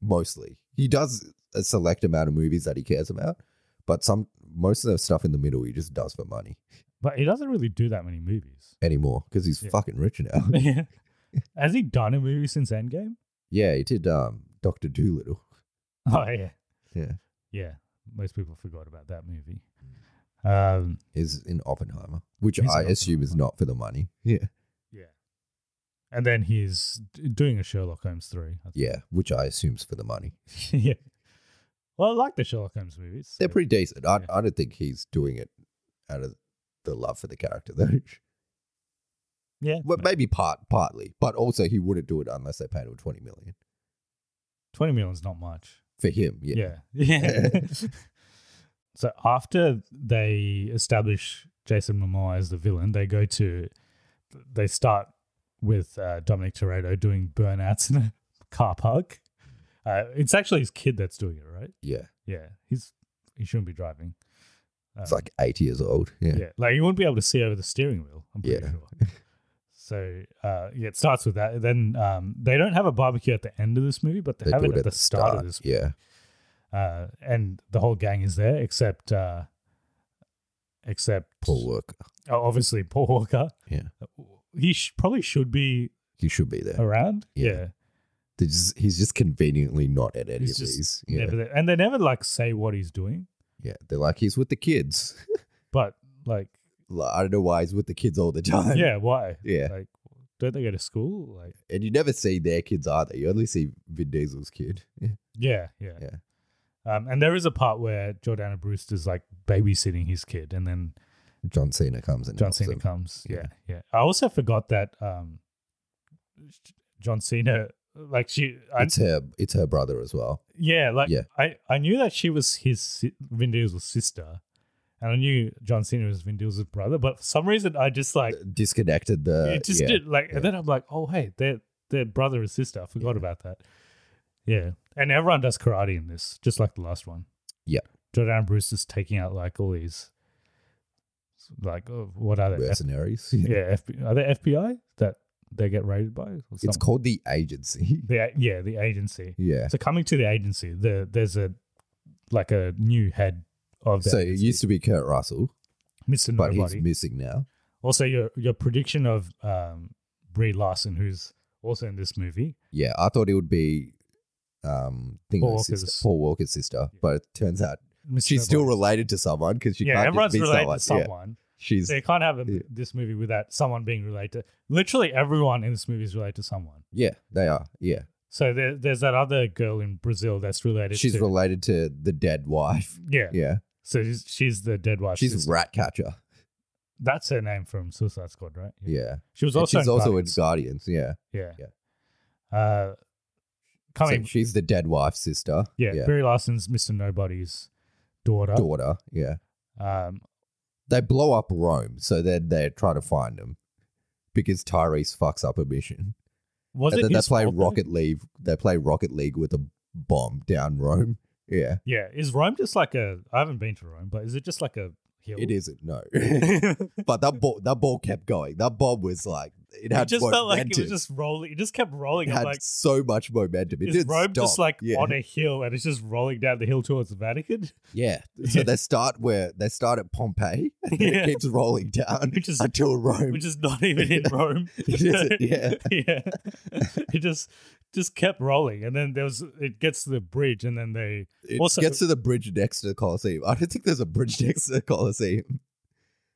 S2: mostly. He does a select amount of movies that he cares about, but some most of the stuff in the middle he just does for money
S1: But he doesn't really do that many movies.
S2: anymore because he's
S1: Yeah.
S2: fucking rich now.
S1: Has he done a movie since Endgame?
S2: yeah, he did um, Doctor Doolittle. Uh-huh.
S1: Oh yeah,
S2: Yeah,
S1: yeah. Most people forgot about that movie. Um,
S2: is in Oppenheimer, which
S1: He's in
S2: I assume is
S1: Oppenheimer.
S2: not for the money. Yeah,
S1: yeah. And then he's d- doing a Sherlock Holmes three. I think.
S2: yeah, which I assume's for the money.
S1: yeah. Well, I like the Sherlock Holmes movies.
S2: They're
S1: so-
S2: pretty decent. I,
S1: Yeah.
S2: I don't think he's doing it out of the love for the character though.
S1: Yeah.
S2: well,
S1: ma-
S2: maybe part partly, but also he wouldn't do it unless they paid him twenty million
S1: Twenty million's not much.
S2: for him. Yeah.
S1: Yeah. Yeah. so after they establish Jason Momoa as the villain, they go to they start with uh, Dominic Toretto doing burnouts in a car park. Uh, it's actually his kid that's doing it, right?
S2: Yeah.
S1: Yeah, he's he shouldn't be driving.
S2: It's
S1: Um,
S2: like eight years old. Yeah.
S1: yeah. like you wouldn't be able to see over the steering wheel. I'm pretty
S2: Yeah.
S1: sure. So uh, yeah, it starts with that. Then um, they don't have a barbecue at the end of this movie, but they,
S2: They
S1: have
S2: do
S1: it at, the start, of this.
S2: Yeah.
S1: Uh, and the whole gang is there except uh, except
S2: Paul Walker.
S1: Oh, obviously Paul Walker.
S2: Yeah.
S1: Oh. He sh- probably should be
S2: He should be there.
S1: around.
S2: Yeah.
S1: Yeah,
S2: They're just- he's just conveniently not at any
S1: he's
S2: of
S1: just
S2: these. Yeah.
S1: never there. and they never like say what he's doing,
S2: yeah. They're like, he's with the kids.
S1: but like,
S2: like, I don't know why he's with the kids all the time.
S1: yeah, why?
S2: Yeah.
S1: like, don't they go to school? Like,
S2: And you never see their kids either. You only see Vin Diesel's kid. Yeah.
S1: Yeah, yeah,
S2: Yeah.
S1: Um, and there is a part where Jordana Brewster's like babysitting his kid, and then
S2: John Cena comes and
S1: John
S2: helps
S1: Cena
S2: him.
S1: comes. Yeah.
S2: Yeah.
S1: yeah, I also forgot that um, John Cena, like she, I,
S2: It's her. It's her brother as well.
S1: yeah, like
S2: Yeah.
S1: I, I knew that she was his si- Vin Diesel's sister, and I knew John Cena was Vin Diesel's brother, but for some reason I just like
S2: Disconnected the.
S1: it just
S2: uh, yeah.
S1: did like,
S2: yeah.
S1: and then I'm like, oh hey, they're they're brother and sister. I forgot
S2: Yeah.
S1: about that. Yeah, and everyone does karate in this, just like the last one.
S2: Yeah.
S1: Jordan Brewster's taking out like all these, like oh, what are they? F-
S2: mercenaries.
S1: yeah, FB, are they FBI that they get raided by? Or
S2: It's
S1: something?
S2: called the agency.
S1: the a- yeah the agency.
S2: yeah.
S1: So coming to the agency, the there's a like a new head of the
S2: So it used to be Kurt Russell,
S1: Mr.
S2: but
S1: Nobody.
S2: he's missing now.
S1: also your your prediction of um, Brie Larson, who's also in this movie.
S2: Yeah, I thought it would be um thing
S1: Paul
S2: sister,
S1: Walker's-
S2: Paul Walker's sister, but it turns out
S1: Mr.
S2: she's still
S1: Nobody.
S2: related to someone because she
S1: yeah,
S2: can't
S1: everyone's
S2: just be
S1: related to
S2: someone. Yeah,
S1: someone.
S2: she's
S1: So you can't have a,
S2: yeah.
S1: this movie without someone being related. Literally everyone in this movie is related to someone.
S2: yeah, they are. Yeah,
S1: So there, there's that other girl in Brazil that's related.
S2: she's
S1: to,
S2: related to the dead wife.
S1: Yeah.
S2: Yeah,
S1: So she's, she's the dead wife.
S2: she's
S1: sister.
S2: a rat catcher.
S1: That's her name from Suicide Squad, right?
S2: Yeah,
S1: She was
S2: And
S1: also
S2: she's
S1: in
S2: also
S1: Guardians.
S2: in Guardians. Yeah,
S1: Yeah. Uh, coming.
S2: so she's the dead wife's sister.
S1: yeah, Barry Larson's Mr. Nobody's daughter.
S2: daughter. Yeah,
S1: Um,
S2: they blow up Rome, so then they're trying to find them because Tyrese fucks up a mission.
S1: was
S2: and
S1: it
S2: then they
S1: his
S2: play
S1: fault, though?
S2: Rocket League. They play Rocket League with a bomb down Rome. Yeah,
S1: Yeah, is Rome just like a? I haven't been to Rome, but is it just like a hill?
S2: it isn't. No, but that ball, that ball kept going. That bomb was like it
S1: It
S2: had
S1: just felt
S2: momentum.
S1: like it was just rolling. It just kept rolling.
S2: It
S1: I'm
S2: had
S1: like,
S2: so much momentum. It
S1: is
S2: didn't
S1: Rome just
S2: stop.
S1: like
S2: yeah.
S1: on a hill and it's just rolling down the hill towards the Vatican?
S2: Yeah. So they start where they start at Pompeii and then
S1: Yeah.
S2: it keeps rolling down
S1: Which is-
S2: until Rome.
S1: Which is not even in
S2: Yeah.
S1: Rome.
S2: It isn't, yeah.
S1: yeah. It just just kept rolling. And then there was it gets to the bridge and then they
S2: it
S1: also-
S2: gets to the bridge next to the Colosseum. I don't think there's a bridge next to the Colosseum.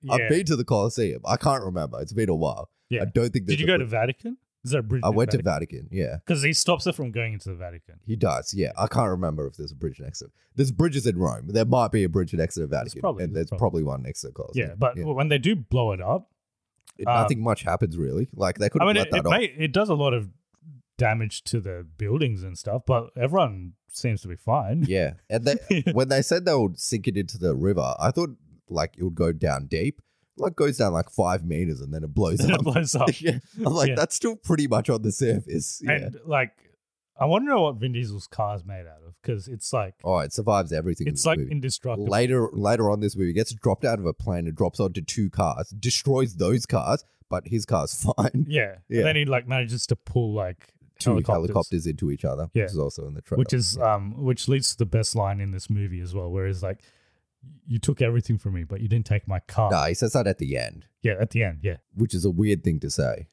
S1: yeah.
S2: I've been to the Colosseum. I can't remember. It's been a while.
S1: Yeah.
S2: I don't
S1: Did
S2: think. there's
S1: you
S2: a
S1: go to
S2: bridge.
S1: Vatican? Is there a bridge?
S2: I went to Vatican. Yeah.
S1: Because he stops her from going into the Vatican.
S2: He does, yeah. I can't remember if there's a bridge next to. There's bridges in Rome. There might be a bridge next to the Vatican,
S1: probably-
S2: and
S1: there's
S2: there's
S1: probably-
S2: probably one next to the Colosseum.
S1: Yeah, but when they do blow it up,
S2: It-
S1: uh,
S2: nothing much happens really. Like they could
S1: I
S2: have
S1: mean,
S2: let
S1: it,
S2: that
S1: it,
S2: off.
S1: may, it does a lot of damage to the buildings and stuff, but everyone seems to be fine.
S2: Yeah, and they, when they said they would sink it into the river, I thought like it would go down deep. Like goes down like five meters, and then it blows
S1: Then it
S2: up.
S1: blows up.
S2: yeah, I'm like
S1: Yeah.
S2: that's still pretty much on the surface. Yeah.
S1: And like, I want to know what Vin Diesel's car is made out of because it's like
S2: oh, it survives everything. in
S1: it's
S2: this
S1: like
S2: movie.
S1: indestructible.
S2: later later on this movie gets dropped out of a plane and drops onto two cars, destroys those cars, but his car's fine.
S1: yeah.
S2: Yeah.
S1: And then he like manages to pull like
S2: two
S1: Helicopters.
S2: helicopters, into each other,
S1: Yeah.
S2: which is also in the trailer.
S1: which is um, which leads to the best line in this movie as well, where it's like, "You took everything from me, but you didn't take my car."
S2: no, he says that at the end,
S1: yeah, at the end, yeah.
S2: which is a weird thing to say.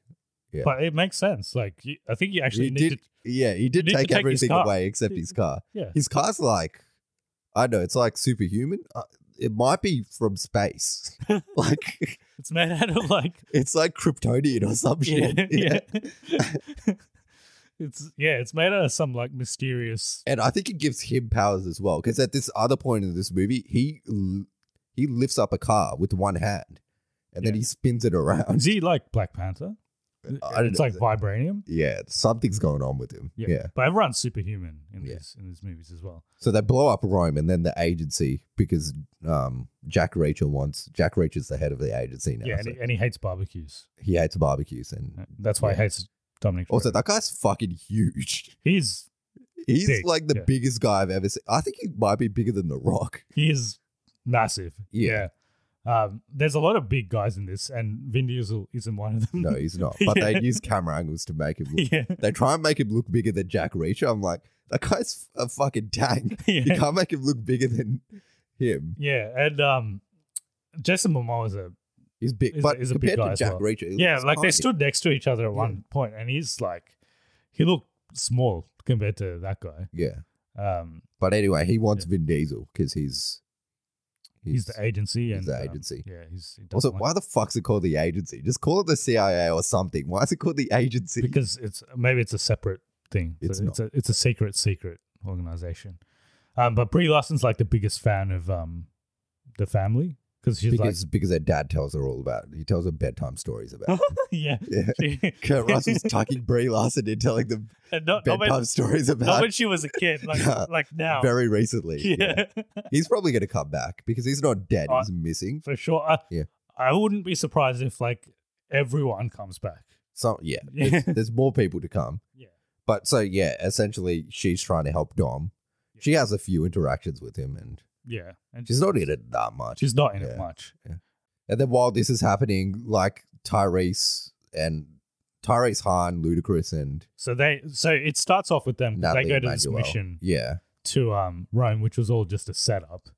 S2: Yeah.
S1: but it makes sense. Like, you, I think you actually
S2: he
S1: need
S2: did,
S1: to.
S2: yeah, he did
S1: need to
S2: take,
S1: take his
S2: everything
S1: car.
S2: away except his car.
S1: Yeah,
S2: His car's like, I don't know, it's like superhuman. Uh, it might be from space, like
S1: it's made out of like,
S2: it's like Kryptonian or some
S1: yeah,
S2: shit.
S1: yeah. it's yeah, it's made out of some like mysterious.
S2: and I think it gives him powers as well. Because at this other point in this movie, he l- he lifts up a car with one hand, and then
S1: Yeah.
S2: he spins it around.
S1: Is he like Black Panther?
S2: I don't
S1: It's
S2: know.
S1: like vibranium.
S2: yeah, something's going on with him. Yeah.
S1: but everyone's superhuman in
S2: Yeah.
S1: these in these movies as well.
S2: So they blow up Rome, and then the agency because um Jack Rachel wants Jack Rachel's the head of the agency now.
S1: yeah, and,
S2: so
S1: he, and he hates barbecues.
S2: he hates barbecues, and
S1: That's why
S2: Yeah.
S1: he hates Dominic.
S2: also
S1: Toretto.
S2: that guy's fucking huge.
S1: he's
S2: He's
S1: Big,
S2: like the
S1: yeah.
S2: biggest guy I've ever seen. I think he might be bigger than The Rock.
S1: He is massive.
S2: Yeah.
S1: Yeah. Um, there's a lot of big guys in this, and Vin Diesel isn't one of them.
S2: No, he's not. But
S1: Yeah.
S2: they use camera angles to make him look
S1: yeah.
S2: They try and make him look bigger than Jack Reacher. I'm like, that guy's a fucking tank. You
S1: Yeah.
S2: can't make him look bigger than him.
S1: Yeah. And um, Jason Momoa is a
S2: He's big,
S1: He's-
S2: but
S1: he's a big
S2: compared
S1: guy
S2: to
S1: as
S2: Jack
S1: well.
S2: Reacher, he
S1: yeah,
S2: looks
S1: like they
S2: tiny.
S1: stood next to each other at
S2: Yeah.
S1: one point, and he's like, he looked small compared to that guy.
S2: Yeah,
S1: Um,
S2: but anyway, he wants Vin Diesel because he's,
S1: he's, the agency.
S2: he's
S1: and,
S2: the
S1: um,
S2: agency.
S1: yeah, he's he doesn't
S2: Also,
S1: like-
S2: why the fuck's it called the agency? Just call it the CIA or something. Why is it called the agency?
S1: because it's maybe it's a separate thing.
S2: It's
S1: It's, it's
S2: not.
S1: a it's a secret secret organization. Um, but Brie Larson's like the biggest fan of um, the family because she's
S2: because, because her dad tells her all about it. He tells her bedtime stories about
S1: like,
S2: it.
S1: yeah,
S2: Yeah. Kurt Russell's tucking Brie Larson in, telling them
S1: And not, not,
S2: bedtime
S1: when,
S2: stories
S1: not
S2: about
S1: when
S2: it
S1: she was a kid, like
S2: Yeah.
S1: like now.
S2: very recently.
S1: yeah,
S2: He's probably going to come back because he's not dead.
S1: Uh,
S2: he's missing.
S1: for sure. I,
S2: Yeah.
S1: I wouldn't be surprised if like everyone comes back.
S2: So yeah,
S1: Yeah.
S2: There's, there's more people to come.
S1: Yeah.
S2: But so yeah, essentially she's trying to help Dom. She has a few interactions with him, and
S1: Yeah, and
S2: she's not in it that much.
S1: She's not in it
S2: Yeah.
S1: much.
S2: And then while this is happening, like Tyrese and Tyrese Hahn, Ludacris, and
S1: So they so it starts off with them. 'cause
S2: Natalie
S1: They go to this
S2: Emanuel.
S1: mission.
S2: Yeah,
S1: to um Rome, which was all just a setup.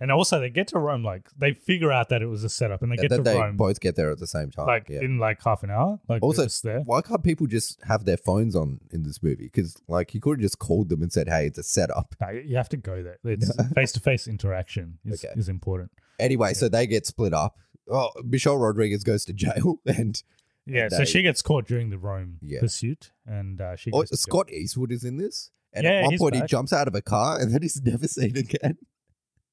S1: And also they get to Rome like they figure out that it was a setup and they
S2: and
S1: get to
S2: then they
S1: Rome
S2: both get there at the same time.
S1: like
S2: yeah.
S1: in like half an hour. Like
S2: also,
S1: also, just there.
S2: why can't people just have their phones on in this movie? Because like he could have just called them and said, "Hey, it's a setup."
S1: No, you have to go there. It's face to face interaction is,
S2: Okay.
S1: is important.
S2: Anyway, so they get split up. Oh, Michelle Rodriguez goes to jail, and
S1: Yeah, so
S2: they-
S1: she gets caught during the Rome
S2: Yeah.
S1: pursuit and uh, she
S2: Oh,
S1: goes to jail.
S2: Scott Eastwood is in this. And
S1: Yeah,
S2: at one
S1: he's
S2: point, he
S1: back.
S2: jumps out of a car and then he's never seen again.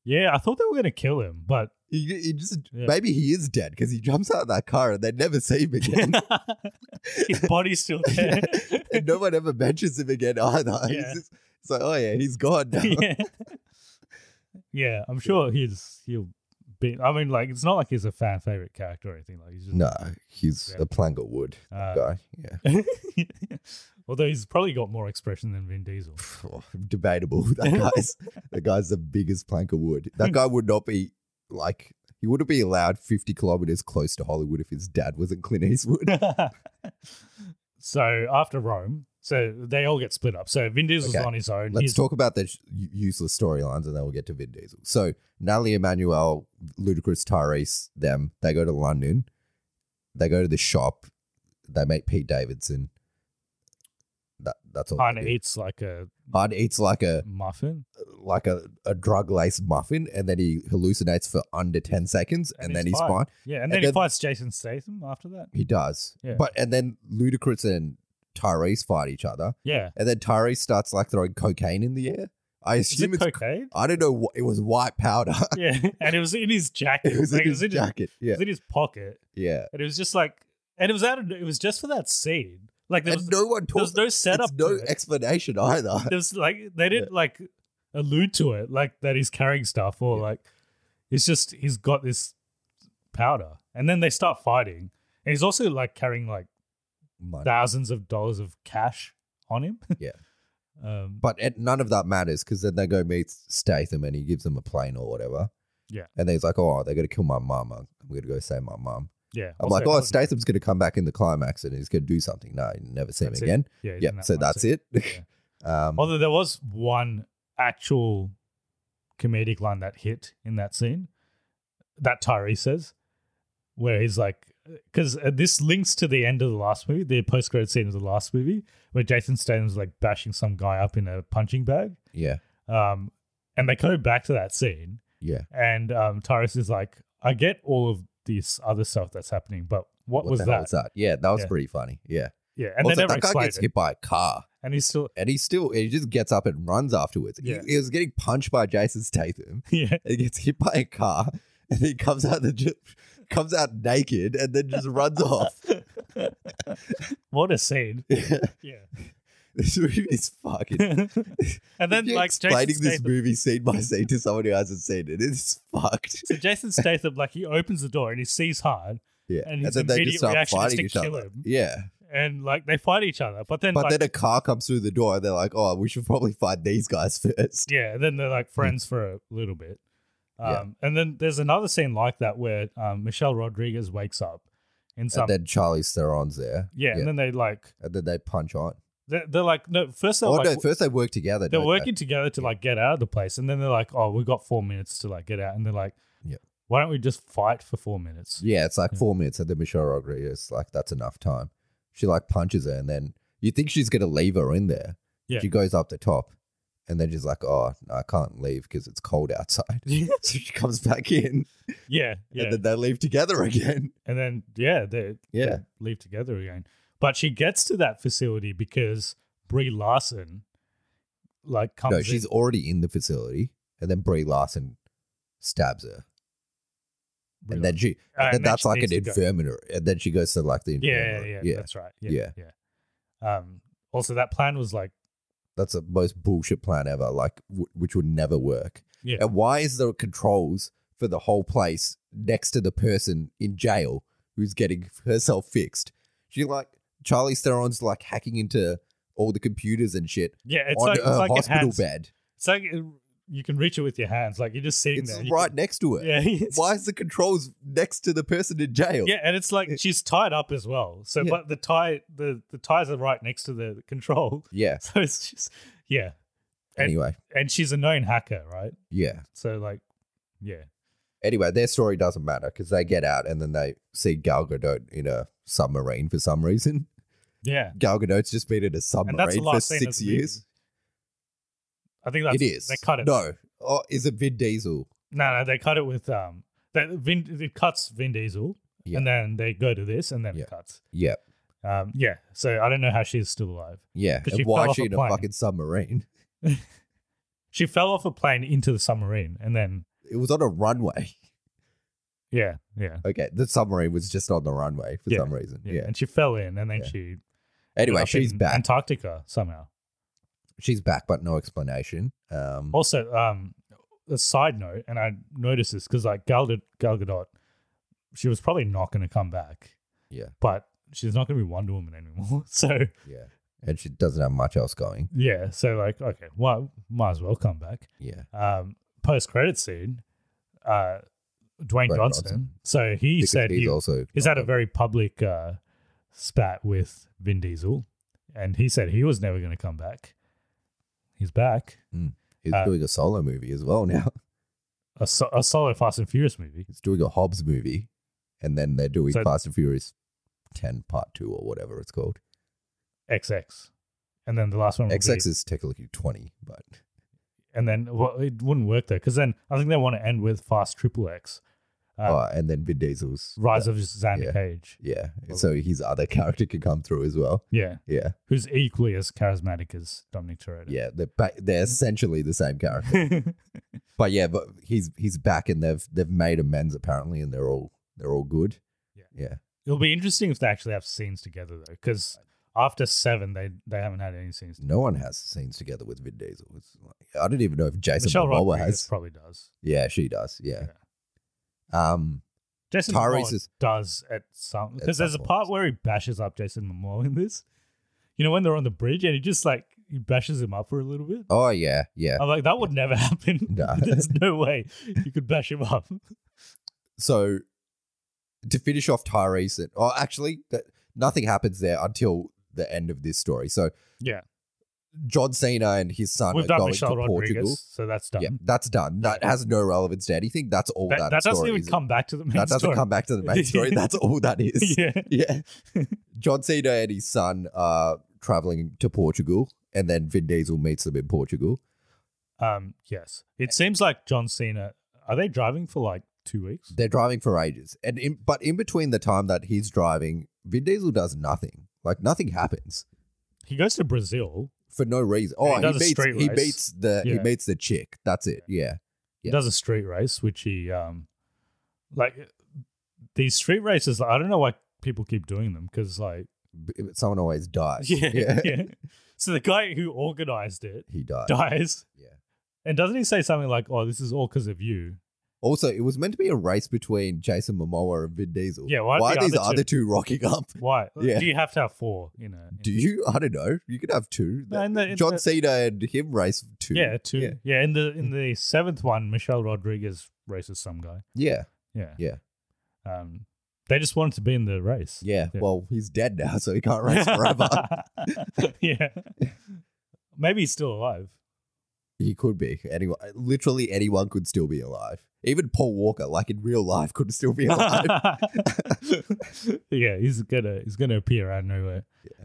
S1: Yeah, I thought they were gonna kill him, but
S2: He, he just
S1: Yeah.
S2: maybe he is dead because he jumps out of that car and they never see him again.
S1: his body's still
S2: Yeah.
S1: there.
S2: and no one ever mentions him again either. He's
S1: Yeah.
S2: just- it's like, oh yeah, he's gone now.
S1: yeah. yeah, I'm sure he's he'll be I mean like it's not like he's a fan favorite character or anything. Like he's just
S2: No, he's
S1: Yeah.
S2: a plank of wood
S1: Uh,
S2: guy. Yeah,
S1: Although he's probably got more expression than Vin Diesel.
S2: Phew, debatable. That guy's the guy's the biggest plank of wood. That guy would not be like he wouldn't be allowed fifty kilometers close to Hollywood if his dad wasn't Clint Eastwood.
S1: so after Rome, so they all get split up. So Vin Diesel's
S2: Okay,
S1: on his own.
S2: Let's
S1: He's-
S2: talk about the sh- u- useless storylines and then we'll get to Vin Diesel. So, Natalie Emanuel, Ludacris, Tyrese, them, they go to London. They go to the shop. They meet Pete Davidson. That, that's all. they
S1: Han
S2: do.
S1: eats like a
S2: Han eats like a
S1: muffin.
S2: like a, a drug laced muffin and then he hallucinates for under 10 seconds and, then he's fine.
S1: Yeah, and,
S2: And
S1: then, he
S2: then-
S1: fights Jason Statham after that.
S2: He does.
S1: Yeah.
S2: But and then Ludacris and Tyrese fight each other
S1: Yeah.
S2: and then Tyrese starts like throwing cocaine in the air. I
S1: Is it
S2: assume it's
S1: cocaine?
S2: I don't know what it was white powder.
S1: yeah. And it was in his jacket.
S2: it was
S1: Like,
S2: in his jacket.
S1: It
S2: Yeah.
S1: was in his pocket.
S2: Yeah.
S1: And it was just like and it was out of, it was just for that scene. Like there
S2: And
S1: was
S2: no one
S1: there was
S2: talks.
S1: no setup.
S2: It's no
S1: to it.
S2: explanation either.
S1: there's like they didn't like allude to it like that he's carrying stuff or like it's just he's got this powder and then they start fighting and he's also like carrying like
S2: Money.
S1: thousands of dollars of cash on him
S2: Yeah.
S1: um
S2: But it, none of that matters because then they go meet Statham and he gives them a plane or whatever.
S1: Yeah.
S2: And then he's like, oh, they're going to kill my mum. I'm going to go save my mum.
S1: Yeah.
S2: I'm
S1: also-
S2: like, oh, Statham's going to come back in the climax and he's going to do something. No, you never see
S1: That's it.
S2: him again.
S1: Yeah, he's
S2: Yeah,
S1: in that
S2: so
S1: one,
S2: that's
S1: too.
S2: it. Um,
S1: Although there was one actual comedic line that hit in that scene that Tyree says, where he's like, because this links to the end of the last movie, the post credit scene of the last movie, where Jason Statham's like bashing some guy up in a punching bag.
S2: yeah,
S1: Um, and they go back to that scene,
S2: yeah.
S1: and um, Tyrus is like, I get all of this other stuff that's happening, but what, was,
S2: the
S1: that?
S2: hell was that? Yeah, that was
S1: Yeah.
S2: pretty funny. Yeah.
S1: Yeah, and
S2: also,
S1: they never
S2: that guy
S1: explained
S2: gets
S1: it.
S2: hit by a car.
S1: And he's still,
S2: And he still, he just gets up and runs afterwards. He-
S1: Yeah.
S2: He, was getting punched by Jason Statham.
S1: yeah,
S2: And he gets hit by a car, and he comes out the ju- comes out naked, and then just runs off.
S1: what a scene. Yeah.
S2: this movie is fucking.
S1: and then
S2: You're
S1: like
S2: explaining
S1: Jason
S2: this
S1: Statham,
S2: movie scene by scene to someone who hasn't seen it, it's fucked.
S1: so Jason Statham like he opens the door and he sees hard,
S2: Yeah,
S1: And his immediate reaction is to kill him.
S2: Yeah,
S1: and like they fight each other, but then
S2: but
S1: like
S2: then a car comes through the door, and they're like, "Oh, we should probably find these guys first.
S1: yeah, and then they're like friends for a little bit. Um,
S2: Hmm. Yeah.
S1: And then there's another scene like that where um, Michelle Rodriguez wakes up in some
S2: And then Charlie Theron's there.
S1: yeah, and then they like
S2: and then they punch on.
S1: they're, they're like no first they're
S2: Oh
S1: like
S2: no! First they work together.
S1: they're
S2: don't
S1: working
S2: They?
S1: together to like get out of the place, and then they're like, "Oh, we've got four minutes to like get out," and they're like,
S2: Yeah.
S1: why don't we just fight for four minutes?"
S2: Yeah, it's like four minutes, and then Michelle Rodriguez like that's enough time. She like punches her, and then you think she's gonna leave her in there.
S1: Yeah.
S2: She goes up the top, and then she's like, "Oh, no, I can't leave because it's cold outside." so she comes back in,
S1: yeah, yeah.
S2: and then they leave together again.
S1: and then yeah, they
S2: Yeah.
S1: they leave together again. But she gets to that facility because Brie Larson like comes.
S2: no, she's
S1: in.
S2: already in the facility, and then Brie Larson stabs her,
S1: Brie
S2: and then
S1: Uh,
S2: she, and
S1: and
S2: then
S1: then
S2: that's
S1: she
S2: like an
S1: needs to go.
S2: infirmary, and then she goes to like the
S1: yeah, yeah,
S2: infirmary.
S1: yeah, that's right, yeah,
S2: Yeah.
S1: yeah. Um, also, that plan was like
S2: That's the most bullshit plan ever, like w- which would never work.
S1: yeah,
S2: And why is there controls for the whole place next to the person in jail who's getting herself fixed? She like Charlie Theron's like hacking into all the computers and shit
S1: yeah. It's
S2: on
S1: like, it's
S2: her
S1: like it
S2: hospital
S1: hands-
S2: bed.
S1: It's like uh, you can reach it with your hands. Like you're just sitting
S2: It's
S1: there. you
S2: right
S1: can-
S2: next to her.
S1: Yeah, it's-
S2: Why is the controls next to the person in jail?
S1: Yeah, and it's like she's tied up as well. So,
S2: Yeah.
S1: but the tie, the the ties are right next to the control.
S2: Yeah.
S1: So it's just, yeah. And,
S2: Anyway,
S1: and she's a known hacker, right?
S2: yeah.
S1: So like, yeah,
S2: Anyway, their story doesn't matter because they get out and then they see Gal Gadot in a submarine for some reason.
S1: yeah.
S2: Gal Gadot's just been in a
S1: And
S2: submarine
S1: that's the
S2: for
S1: last scene of
S2: six
S1: the movie.
S2: years.
S1: I think that's
S2: it is.
S1: They cut it.
S2: No. Oh, is it Vin Diesel?
S1: no, no. They cut it with um. That Vin it cuts Vin Diesel,
S2: Yeah.
S1: and then they go to this, and then
S2: Yeah.
S1: it cuts.
S2: Yeah.
S1: Um, yeah. So I don't know how she's still alive.
S2: Yeah.
S1: 'Cause
S2: And
S1: she
S2: why
S1: fell
S2: is she
S1: off a
S2: in a
S1: plane.
S2: fucking submarine?
S1: She fell off a plane into the submarine, and then
S2: It was on a runway.
S1: yeah, yeah,
S2: Okay. The submarine was just on the runway for
S1: Yeah.
S2: some reason.
S1: yeah,
S2: Yeah.
S1: and she fell in, and then
S2: Yeah.
S1: she ended
S2: Anyway,
S1: up
S2: she's
S1: in
S2: back.
S1: Antarctica somehow.
S2: she's back, but no explanation. Um,
S1: Also, um, a side note, and I noticed this because like Gal, Gal Gadot, she was probably not going to come back,
S2: yeah.
S1: but she's not going to be Wonder Woman anymore. So
S2: Yeah. And she doesn't have much else going.
S1: yeah, so like okay, well, might as well come back.
S2: Yeah.
S1: Um, post credit scene, uh, Dwayne
S2: Dwayne
S1: Johnson.
S2: Johnson.
S1: So he
S2: Because
S1: said
S2: he's
S1: he,
S2: also
S1: he's had a very public uh, spat with Vin Diesel, and he said he was never going to come back. He's back.
S2: Mm. He's
S1: uh,
S2: doing a solo movie as well now.
S1: A, so- a solo Fast and Furious movie.
S2: He's doing a Hobbs movie, and then they're doing
S1: So-
S2: Fast and Furious Ten Part Two or whatever it's called.
S1: XX. And then the last one will
S2: XX
S1: be,
S2: is technically twenty, but
S1: and then well, it wouldn't work though because then I think they want to end with Fast Triple X, uh,
S2: oh, and then Vin Diesel's
S1: Rise of Xander
S2: yeah.
S1: Cage,
S2: yeah.
S1: Oh.
S2: So his other character can come through as well.
S1: yeah,
S2: Yeah,
S1: who's equally as charismatic as Dominic Toretto.
S2: yeah. They're ba-
S1: Mm.
S2: they're essentially the same character,
S1: Yeah,
S2: but yeah, but he's he's back and they've they've made amends apparently, and they're all they're all good.
S1: Yeah.
S2: yeah.
S1: it'll be interesting if they actually have scenes together though, because after seven they they haven't had any scenes.
S2: No one has scenes together with Vin Diesel. It's like, I don't even know if Jason
S1: Michelle
S2: Momoa
S1: Rodriguez
S2: has.
S1: probably does.
S2: Yeah, she does. Yeah. Um.
S1: Jason
S2: Tyrese
S1: Momoa
S2: is-
S1: does at some
S2: At
S1: because
S2: some
S1: there's a
S2: point.
S1: part where he bashes up Jason Momoa in this. You know when they're on the bridge and he just like he bashes him up for a little bit.
S2: Oh yeah, yeah.
S1: I'm like, that would never happen.
S2: No.
S1: There's no way you could bash him up.
S2: so to finish off Tyrese, and, oh, actually, that, nothing happens there until the end of this story. So
S1: Yeah.
S2: John Cena and his son
S1: We've
S2: are
S1: done
S2: going
S1: Michelle
S2: to Portugal.
S1: Rodriguez, so that's done.
S2: Yeah, that's done. That has no relevance to anything. That's all
S1: that,
S2: that.
S1: that doesn't
S2: story
S1: even
S2: is.
S1: come back to the main
S2: That doesn't
S1: story.
S2: come back to the main story. That's all that is.
S1: yeah.
S2: Yeah. John Cena and his son are traveling to Portugal, and then Vin Diesel meets them in Portugal.
S1: Um. Yes. It seems like John Cena. Are they driving for like two weeks?
S2: They're driving for ages, and in, but in between the time that he's driving, Vin Diesel does nothing. Like nothing happens
S1: He goes to Brazil.
S2: for no reason.
S1: Yeah, he
S2: Oh, he,
S1: does a
S2: beats
S1: street
S2: he
S1: race.
S2: beats the he
S1: Yeah.
S2: meets the chick. That's it. Yeah,
S1: He
S2: Yeah.
S1: does a street race, which he um, like these street races. I don't know why people keep doing them because like
S2: B- someone always dies.
S1: yeah, yeah. So the guy who organized it
S2: he dies.
S1: dies.
S2: Uh, Yeah.
S1: And doesn't he say something like, "Oh, this is all because of you"?
S2: Also, it was meant to be a race between Jason Momoa and Vin Diesel.
S1: Yeah, why are
S2: are
S1: the
S2: these
S1: other
S2: other two rocking up?
S1: Why?
S2: Yeah.
S1: Do you have to have four? You know.
S2: Do you? I don't know. You could have two.
S1: No, in the- in
S2: John
S1: the-
S2: Cena and him race two.
S1: Yeah, two. Yeah.
S2: Yeah. Mm.
S1: in the in the seventh one, Michelle Rodriguez races some guy.
S2: Yeah.
S1: Yeah.
S2: Yeah.
S1: Um, they just wanted to be in the race.
S2: Yeah. Well, he's dead now, so he can't race forever.
S1: yeah. Maybe he's still alive.
S2: he could be. Anyone, literally anyone could still be alive. Even Paul Walker, like in real life, could still be alive.
S1: yeah, he's gonna he's gonna appear out of nowhere.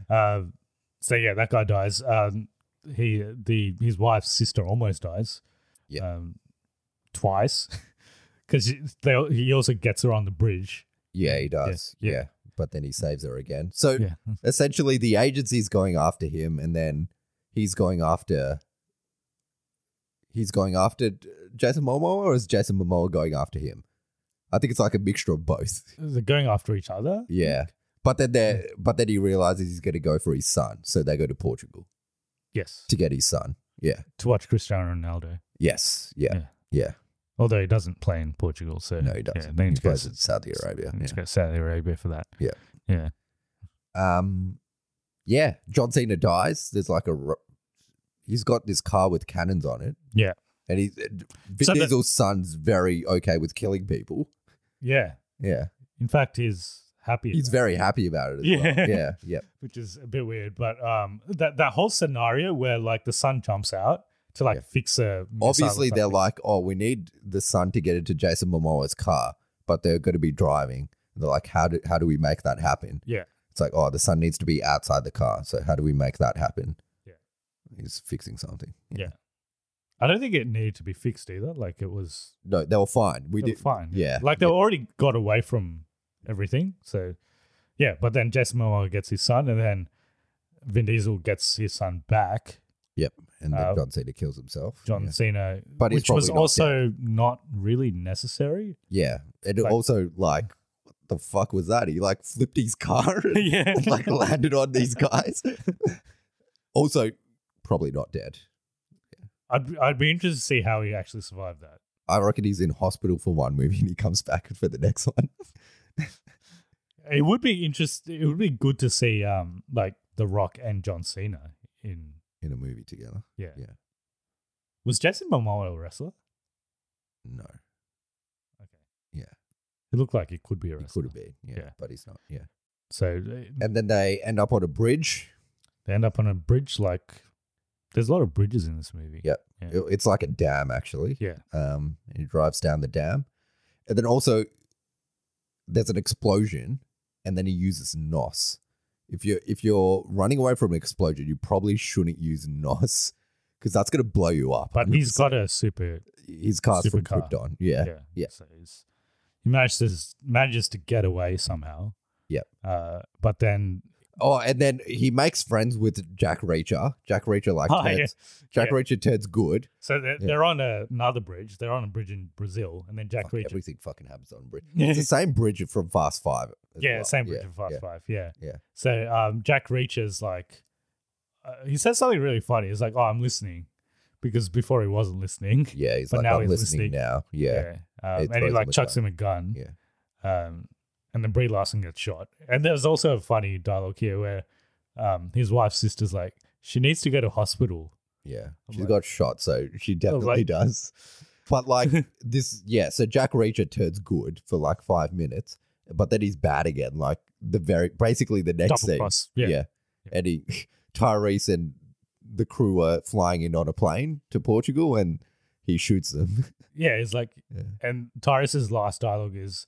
S1: Um, so yeah, that guy dies. Um, he the his wife's sister almost dies.
S2: Yeah.
S1: Um, twice because they he also gets her on the bridge.
S2: yeah, he does.
S1: Yeah.
S2: Yeah. But then he saves her again. So
S1: Yeah.
S2: essentially, the agency's going after him, and then he's going after. He's going after Jason Momoa, or is Jason Momoa going after him? I think it's like a mixture of both.
S1: They're going after each other.
S2: Yeah. But then they but then he realizes he's gonna go for his son. So they go to Portugal
S1: Yes.
S2: to get his son. Yeah.
S1: To watch Cristiano Ronaldo.
S2: Yes. Yeah. Yeah.
S1: Although he doesn't play in Portugal, so
S2: No, he
S1: yeah,
S2: doesn't.
S1: they need
S2: he
S1: to go
S2: plays
S1: to-
S2: in Saudi Arabia.
S1: need to go to Saudi Arabia for that.
S2: Yeah.
S1: Yeah.
S2: Yeah. Um Yeah. John Cena dies. There's like a ro- he's got this car with cannons on it.
S1: Yeah.
S2: And he's Vin
S1: So the-
S2: Diesel's son's very okay with killing people.
S1: Yeah.
S2: Yeah.
S1: In fact, he's happy.
S2: He's very happy about it as
S1: Yeah.
S2: well. Yeah. Yeah.
S1: which is a bit weird. But um, that that whole scenario where like the sun jumps out to like
S2: Yeah.
S1: fix a missile or
S2: Obviously they're
S1: something.
S2: like, Oh, we need the son to get into Jason Momoa's car, but they're gonna be driving. They're like, How do how do we make that happen?
S1: yeah,
S2: It's like, oh, the sun needs to be outside the car. So how do we make that happen?
S1: Yeah.
S2: He's fixing something.
S1: yeah. I don't think it needed to be fixed either. Like it was
S2: No, they were fine.
S1: we
S2: We did
S1: did fine.
S2: Yeah.
S1: like they
S2: yeah.
S1: already got away from everything. So yeah, but then Jason Momoa gets his son, and then Vin Diesel gets his son back.
S2: Yep. And then
S1: Uh,
S2: John Cena kills himself.
S1: John
S2: Yeah.
S1: Cena,
S2: But he's
S1: which was
S2: probably not
S1: also not really necessary.
S2: Yeah. And
S1: Like-
S2: also, like, what the fuck was that? He like flipped his car and
S1: yeah,
S2: like landed on these guys. also, probably not dead.
S1: I'd I'd be interested to see how he actually survived that.
S2: I reckon he's in hospital for one movie and he comes back for the next one.
S1: It would be interesting. It would be good to see, um, like The Rock and John Cena in.
S2: In a movie together.
S1: Yeah,
S2: Yeah.
S1: Was Jason Momoa a wrestler?
S2: No.
S1: Okay.
S2: Yeah.
S1: He looked like he could be a
S2: He
S1: wrestler.
S2: could have been. Yeah,
S1: Yeah. Hmm.
S2: But he's not. Yeah.
S1: So they,
S2: And then they end up on a bridge.
S1: they end up on a bridge. Like, there's a lot of bridges in this movie.
S2: Yep.
S1: Yeah.
S2: It- It's like a dam, actually.
S1: Yeah.
S2: Um, and he drives down the dam. And then also, there's an explosion, and then he uses NOS. If you're if you're running away from an explosion, you probably shouldn't use NOS because that's gonna blow you up.
S1: But he's got a super.
S2: his car's from
S1: supercar.
S2: Krypton. Yeah, yeah, yeah.
S1: So he's, he manages to, manages to get away somehow.
S2: Yep.
S1: Uh, but then
S2: Oh, and then he makes friends with Jack Reacher. Jack Reacher like
S1: Oh,
S2: turns,
S1: yeah.
S2: Jack
S1: Yeah.
S2: Reacher turns good.
S1: So they're,
S2: Yeah.
S1: they're on a, another bridge. They're on a bridge in Brazil, and then Jack
S2: Fuck,
S1: Reacher.
S2: everything fucking happens on bridge. It's the same bridge from Fast Five. as
S1: Yeah,
S2: well.
S1: same bridge
S2: Yeah,
S1: in Fast
S2: yeah.
S1: Five. Yeah.
S2: Yeah.
S1: So um, Jack Reacher's like, uh, he says something really funny. He's like, "Oh, I'm listening," because before he wasn't listening.
S2: Yeah, he's
S1: But
S2: like,
S1: now
S2: I'm
S1: he's
S2: listening,
S1: listening.
S2: now. Yeah.
S1: Um,
S2: He
S1: and he
S2: throws
S1: like
S2: him a
S1: chucks
S2: gun.
S1: him a gun.
S2: Yeah.
S1: Um, and then Brie Larson gets shot. And there's also a funny dialogue here where um, his wife's sister's like, "She needs to go to hospital."
S2: Yeah.
S1: I'm
S2: She's
S1: like-
S2: got shot, so she definitely
S1: like-
S2: does. But like this, yeah, so Jack Reacher turns good for like five minutes. but then he's bad again. Like the very basically the next
S1: Double
S2: scene.
S1: cross, yeah.
S2: And he, Tyrese and the crew are flying in on a plane to Portugal, and he shoots them.
S1: Yeah, it's like,
S2: Yeah.
S1: and Tyrus's last dialogue is,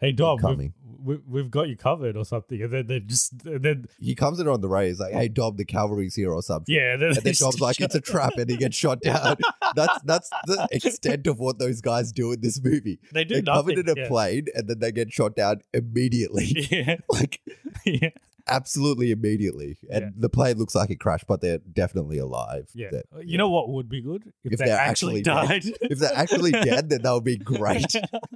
S1: "Hey Dom, we've,
S2: coming."
S1: we, we've got you covered" or something, and then they just, and then
S2: he comes in on the rays like, "Hey, Dob, the cavalry's here or something."
S1: yeah, then
S2: And
S1: they
S2: then Dom's
S1: just
S2: like,
S1: shut-
S2: "It's a trap," and he gets shot down. that's that's the extent of what those guys do in this movie.
S1: They do
S2: They're covered in
S1: nothing,
S2: a
S1: yeah.
S2: plane, and then they get shot down immediately,
S1: yeah,
S2: like
S1: yeah,
S2: absolutely immediately. And
S1: Yeah.
S2: the plane looks like it crashed, but they're definitely alive.
S1: yeah. Uh,
S2: That-
S1: You know what would be good if,
S2: If
S1: they
S2: they're
S1: actually,
S2: actually
S1: died.
S2: dead. if they're actually dead, then that would be great.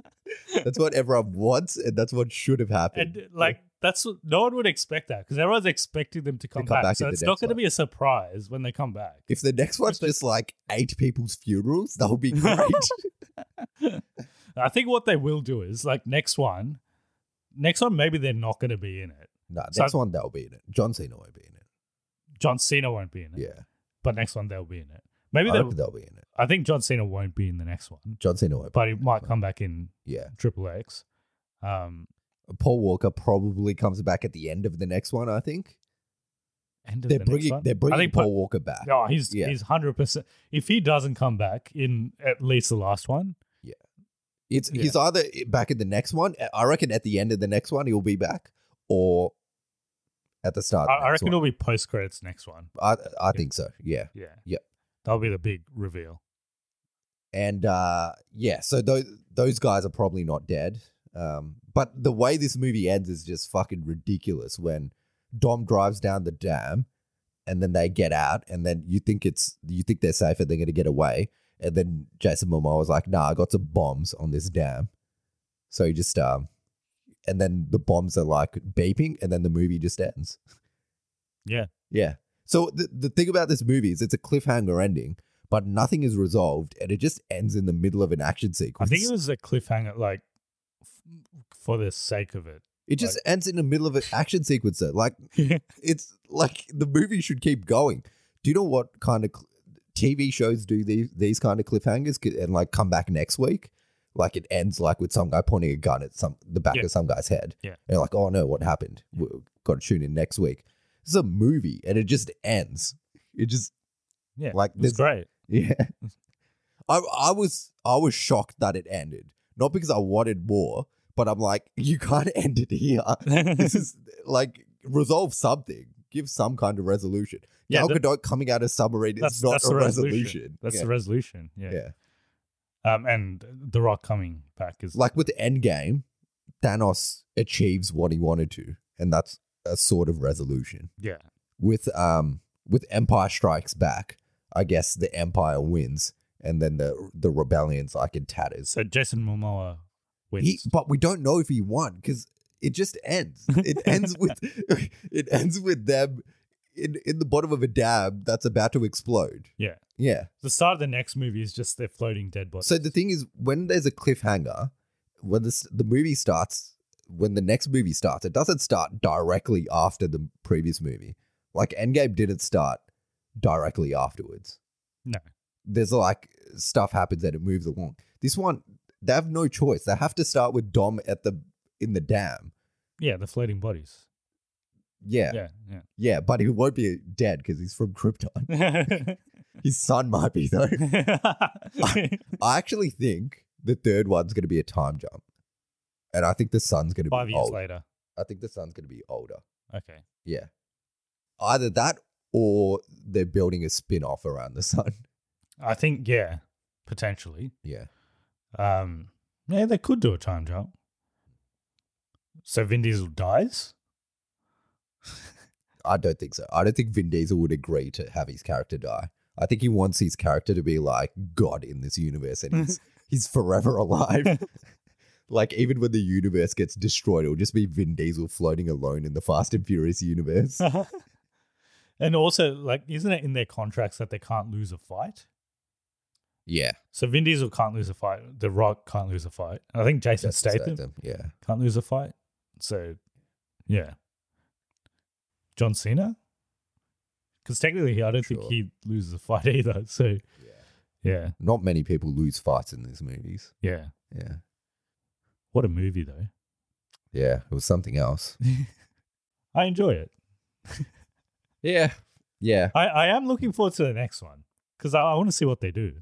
S2: that's what everyone wants, and that's what should have happened.
S1: and uh, like that's what- no one would expect that because everyone's expecting them to come,
S2: come
S1: back,
S2: back
S1: so
S2: in the
S1: it's not
S2: next
S1: going to
S2: one.
S1: be a surprise when they come back.
S2: If the next one's just like eight people's funerals, that would be great.
S1: I think what they will do is like next one, next one maybe they're not going to be in it.
S2: no,
S1: So-
S2: next one that'll be in it. John Cena won't be in it.
S1: John Cena won't be in it.
S2: Yeah,
S1: but next one they'll be in it. Maybe
S2: I
S1: they.
S2: reckon they'll be in it.
S1: I think John Cena won't be in the next one,
S2: John Cena won't. be
S1: but he
S2: in it.
S1: might come back in
S2: Yeah,
S1: Triple X. Um,
S2: Paul Walker probably comes back at the end of the next one. I think
S1: end of
S2: they're
S1: the next
S2: bringing
S1: one.
S2: they're bringing
S1: I think
S2: Paul Walker back.
S1: No, he's
S2: Yeah.
S1: he's hundred percent. If he doesn't come back in at least the last one,
S2: It's
S1: Yeah.
S2: he's either back at the next one. I reckon at the end of the next one he'll be back, or at the
S1: I,
S2: start. of the
S1: I
S2: Uh, next
S1: reckon
S2: one.
S1: it'll be post credits next one.
S2: I I think so. Yeah.
S1: Yeah,
S2: Yep.
S1: that'll be the big reveal.
S2: and uh yeah so those those guys are probably not dead um but the way this movie ends is just fucking ridiculous when dom drives down the dam and then they get out and then you think it's you think they're safe and they're going to get away and then jason momoa was like nah i got some bombs on this dam so he just um and then the bombs are like beeping and then the movie just ends
S1: Yeah.
S2: yeah so the, the thing about this movie is it's a cliffhanger ending but nothing is resolved and it just ends in the middle of an action
S1: I
S2: sequence.
S1: think it was a cliffhanger, like f- for the sake of it.
S2: it just ends in the middle of an action sequence though. Like it's like the movie should keep going. Do you know what kind of cl- TV shows do these these kind of cliffhangers c- and like come back next week? Like it ends like with some guy pointing a gun at some the back
S1: Yeah.
S2: of some guy's head.
S1: Yeah.
S2: And like, oh no, what happened? We've got to tune in next week. It's a movie and it just ends. It just
S1: Yeah,
S2: Like,
S1: it was
S2: there's-
S1: great.
S2: Yeah. I I was I was shocked that it ended. Not because I wanted more, but I'm like, you can't end it here. this is like resolve something. Give some kind of resolution.
S1: Yeah,
S2: Yeah, Gal
S1: that-
S2: Gadot coming out of submarine
S1: That's
S2: is not
S1: that's
S2: a
S1: the
S2: resolution.
S1: That's
S2: yeah.
S1: the resolution. Yeah.
S2: yeah.
S1: Um, and The Rock coming back is
S2: Like with Endgame, Thanos achieves what he wanted to, and that's a sort of resolution.
S1: yeah,
S2: with um with Empire Strikes Back, I guess the Empire wins, and then the the rebellion's like in tatters.
S1: So Jason Momoa wins.
S2: He, but we don't know if he won because it just ends. It ends with it ends with them in in the bottom of a dam that's about to explode.
S1: yeah.
S2: Yeah.
S1: The start of the next movie is just they're floating dead bodies.
S2: So the thing is, when there's a cliffhanger, when this the movie starts, when the next movie starts, it doesn't start directly after the previous movie. Like Endgame didn't start directly afterwards.
S1: no,
S2: there's like stuff happens that it moves along. This one, they have no choice. They have to start with Dom at the in the dam.
S1: yeah, the floating bodies.
S2: Yeah, yeah,
S1: Yeah, yeah.
S2: but he won't be dead because he's from Krypton. His son might be though. I actually think the third one's going to be a time jump, and I think the son's going to be
S1: Five years
S2: old.
S1: later.
S2: I think the son's going to be older.
S1: Okay.
S2: Yeah, either that or they're building a spin off around the sun.
S1: I think yeah, potentially.
S2: Yeah,
S1: Um, yeah, they could do a time jump. So Vin Diesel dies.
S2: I don't think so. I don't think Vin Diesel would agree to have his character die. I think he wants his character to be like God in this universe and he's, he's forever alive. like, even when the universe gets destroyed, it'll just be Vin Diesel floating alone in the Fast and Furious universe.
S1: and also, like, isn't it in their contracts that they can't lose a fight?
S2: yeah.
S1: So Vin Diesel can't lose a fight. The Rock can't lose a fight. And I think Jason
S2: Jason
S1: Statham,
S2: Statham, Yeah.
S1: can't lose a fight. So, yeah. John Cena? Because technically, I don't
S2: Sure.
S1: think he loses a fight either. So, yeah.
S2: Not many people lose fights in these movies.
S1: Yeah.
S2: Yeah.
S1: What a movie, though.
S2: Yeah, it was something else.
S1: I enjoy it.
S2: yeah. Yeah.
S1: I, I am looking forward to the next one because I, I want to see what they do.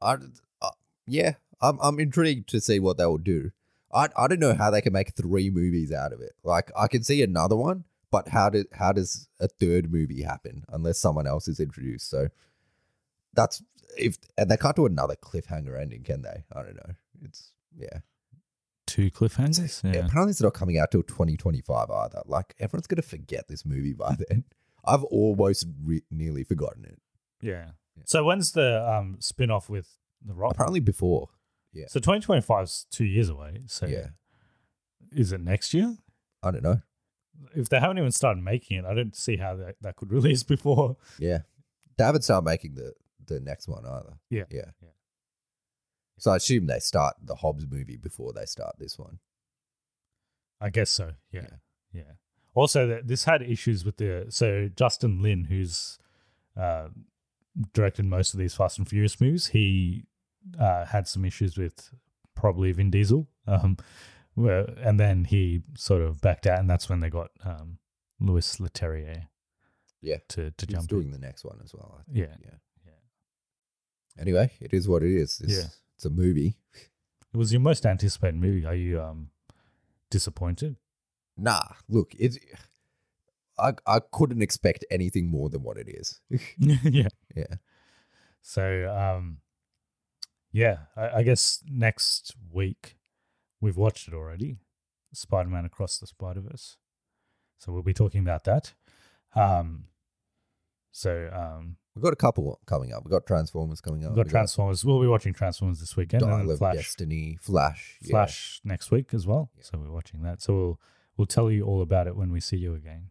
S2: I, uh, yeah, I'm I'm intrigued to see what they will do. I I don't know how they can make three movies out of it. Like I can see another one, but how did how does a third movie happen unless someone else is introduced? So that's if and they can't do another cliffhanger ending, can they? I don't know. It's yeah.
S7: Two cliffhangers. Yeah.
S2: Apparently, it's not coming out till 2025 either. Like everyone's gonna forget this movie by then. I've almost re- nearly forgotten it.
S1: Yeah. So when's the um spin off with The Rock?
S2: Apparently, before. Yeah.
S1: So 2025 is two years away. So
S2: Yeah.
S1: is it next year?
S2: I don't know.
S1: If they haven't even started making it, I don't see how that, that could release before.
S2: Yeah. They haven't started making the, the next one either.
S1: Yeah.
S2: Yeah.
S1: Yeah.
S2: So I assume they start the Hobbs movie before they start this one.
S1: I guess so. Yeah. Yeah. Also, th- this had issues with the. So, Justin Lin, who's uh, directed most of these Fast and Furious movies, he uh, had some issues with probably Vin Diesel. Um, where, and then he sort of backed out, and that's when they got um, Louis Leterrier
S2: Yeah.
S1: to, to
S2: He's
S1: jump in.
S2: doing the next one as well. I think.
S1: Yeah.
S2: Yeah.
S1: Yeah.
S2: Anyway, it is what it is. It's,
S1: Yeah.
S2: It's a movie.
S1: It was your most anticipated movie. Are you um, disappointed?
S2: Nah, look, it's. I, I couldn't expect anything more than what it is.
S1: yeah.
S2: Yeah.
S1: So, um, yeah, I, I guess next week we've watched it already Spider Man Across the Spider Verse. So we'll be talking about that. Um, so, um,
S2: We've got a couple coming up. We've got Transformers coming up.
S1: we've got
S2: We've
S1: Transformers. We'll be watching Transformers this weekend.
S2: Dial
S1: and then
S2: of
S1: Flash,
S2: Destiny, Flash. yeah.
S1: Flash next week as well. So we're watching that. So we'll we'll tell you all about it when we see you again.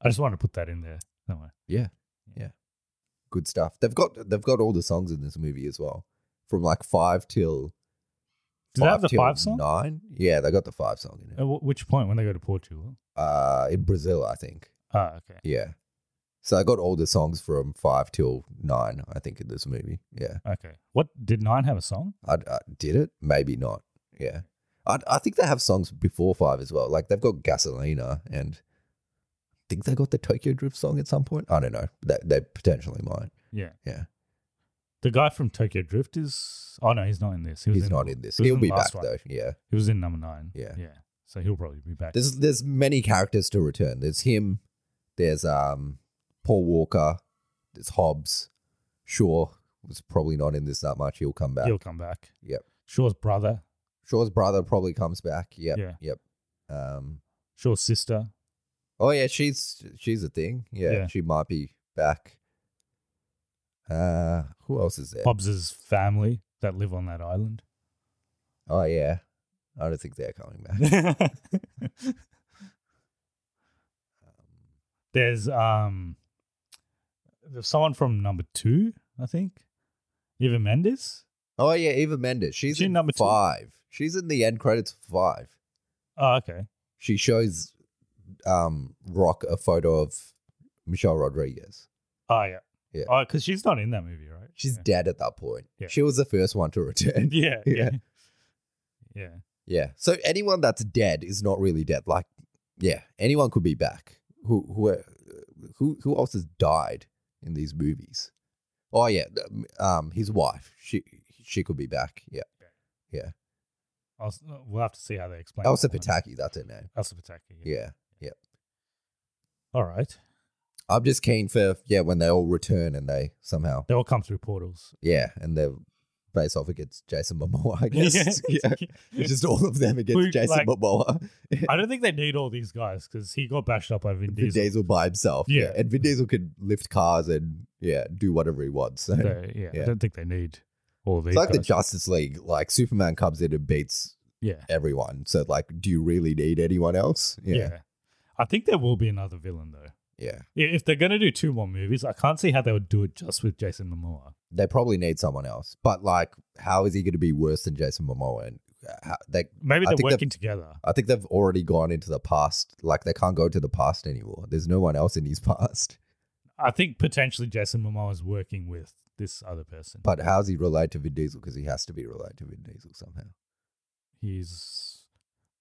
S1: I just want to put that in there. Don't worry.
S2: Yeah. Yeah. Good stuff. They've got they've got all the songs in this movie as well. From like five till
S1: Do they have the
S2: till
S1: five song?
S2: Nine. Yeah, they got the five song in
S1: At
S2: it.
S1: wh- which point when they go to Portugal?
S2: Uh in Brazil, I think.
S1: Ah, okay.
S2: Yeah. So I got all the songs from five till nine, I think, in this movie. Yeah.
S1: Okay. What did Nine have a song?
S2: I, I did it? Maybe not. Yeah. I I think they have songs before five as well. Like they've got Gasolina and I think they got the Tokyo Drift song at some point. I don't know. They they potentially might.
S1: Yeah.
S2: Yeah.
S1: The guy from Tokyo Drift is. Oh no, he's not in this. He was
S2: He's
S1: in,
S2: not in this.
S1: he was
S2: He'll
S1: the
S2: be
S1: last
S2: back
S1: one.
S2: though. Yeah.
S1: He was in number nine.
S2: Yeah.
S1: yeah. So he'll probably be back.
S2: There's there's many characters to return. There's him. There's um Paul Walker. There's Hobbs. Shaw was probably not in this that much. He'll come back.
S1: He'll come back.
S2: Yep.
S1: Shaw's brother,
S2: Shaw's brother probably comes back. Yep.
S1: Yeah.
S2: Yep. Um.
S1: Shaw's sister.
S2: Oh yeah, she's she's a thing. Yeah,
S1: Yeah.
S2: She might be back. Uh, who else is there?
S1: Hobbs's family that live on that island.
S2: Oh yeah, I don't think they're coming back.
S1: There's um, there's someone from number two, I think. Eva Mendes.
S2: oh yeah, Eva Mendes. She's
S1: She
S2: in
S1: number two?
S2: five. She's in the end credits for five.
S1: Oh, okay.
S2: she shows um Rock a photo of Michelle Rodriguez.
S1: Oh yeah.
S2: Yeah.
S1: Oh, because she's not in that movie, right?
S2: She's
S1: yeah.
S2: dead at that point.
S1: Yeah.
S2: She was the first one to return.
S1: Yeah, yeah,
S2: Yeah.
S1: yeah.
S2: Yeah. So anyone that's dead is not really dead. Like, yeah, anyone could be back. Who who uh, who who else has died in these movies? Oh yeah, um, his wife. She she could be back. Yeah, yeah.
S1: I'll, s- we'll have to see how they explain.
S2: Elsa
S1: that one.
S2: Pataki, that's her name.
S1: Elsa Pataki. Yeah.
S2: Yeah, yeah.
S1: All right.
S2: I'm just keen for yeah when they all return and they somehow
S1: They all come through portals.
S2: Yeah, and they're face off against Jason Momoa, I guess. yeah. It's just all of them against
S1: Who,
S2: Jason
S1: like-
S2: Momoa.
S1: I don't think they need all these guys because he got bashed up by Vin
S2: Vin
S1: Diesel.
S2: Diesel by himself.
S1: Yeah.
S2: And Vin Diesel could lift cars and yeah, do whatever he wants. So,
S1: So, yeah, I
S2: Yeah.
S1: don't think they need all these.
S2: it's like the
S1: guys.
S2: Justice League. Like Superman comes in and beats
S1: yeah.
S2: everyone. So like, do you really need anyone else?
S1: yeah,
S2: Yeah.
S1: I think there will be another villain though.
S2: Yeah.
S1: I- If they're gonna do two more movies, I can't see how they would do it just with Jason Momoa.
S2: They probably need someone else. But like, how is he going to be worse than Jason Momoa? And uh, how, they,
S1: Maybe they're
S2: I think they've-
S1: working together.
S2: I think they've already gone into the past. Like they can't go to the past anymore. There's no one else in his past.
S1: I think potentially Jason Momoa is working with this other person.
S2: But how's he related to Vin Diesel? Because he has to be related to Vin Diesel somehow.
S1: he's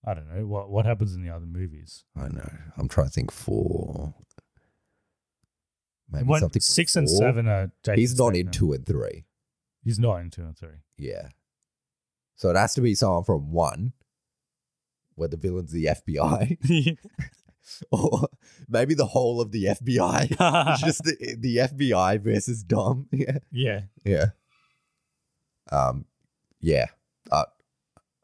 S1: I don't know what what happens in the other movies.
S2: I know. I'm trying to think four. Maybe
S1: What-
S2: something
S1: six and
S2: four?
S1: seven are Jason
S2: He's not in
S1: Statham.
S2: two and three.
S1: He's not in two and three.
S2: Yeah. So it has to be someone from one, where the villain's the FBI, or maybe the whole of the FBI. It's just the, the FBI versus Dom. Yeah.
S1: yeah,
S2: Yeah. Um, yeah. Uh,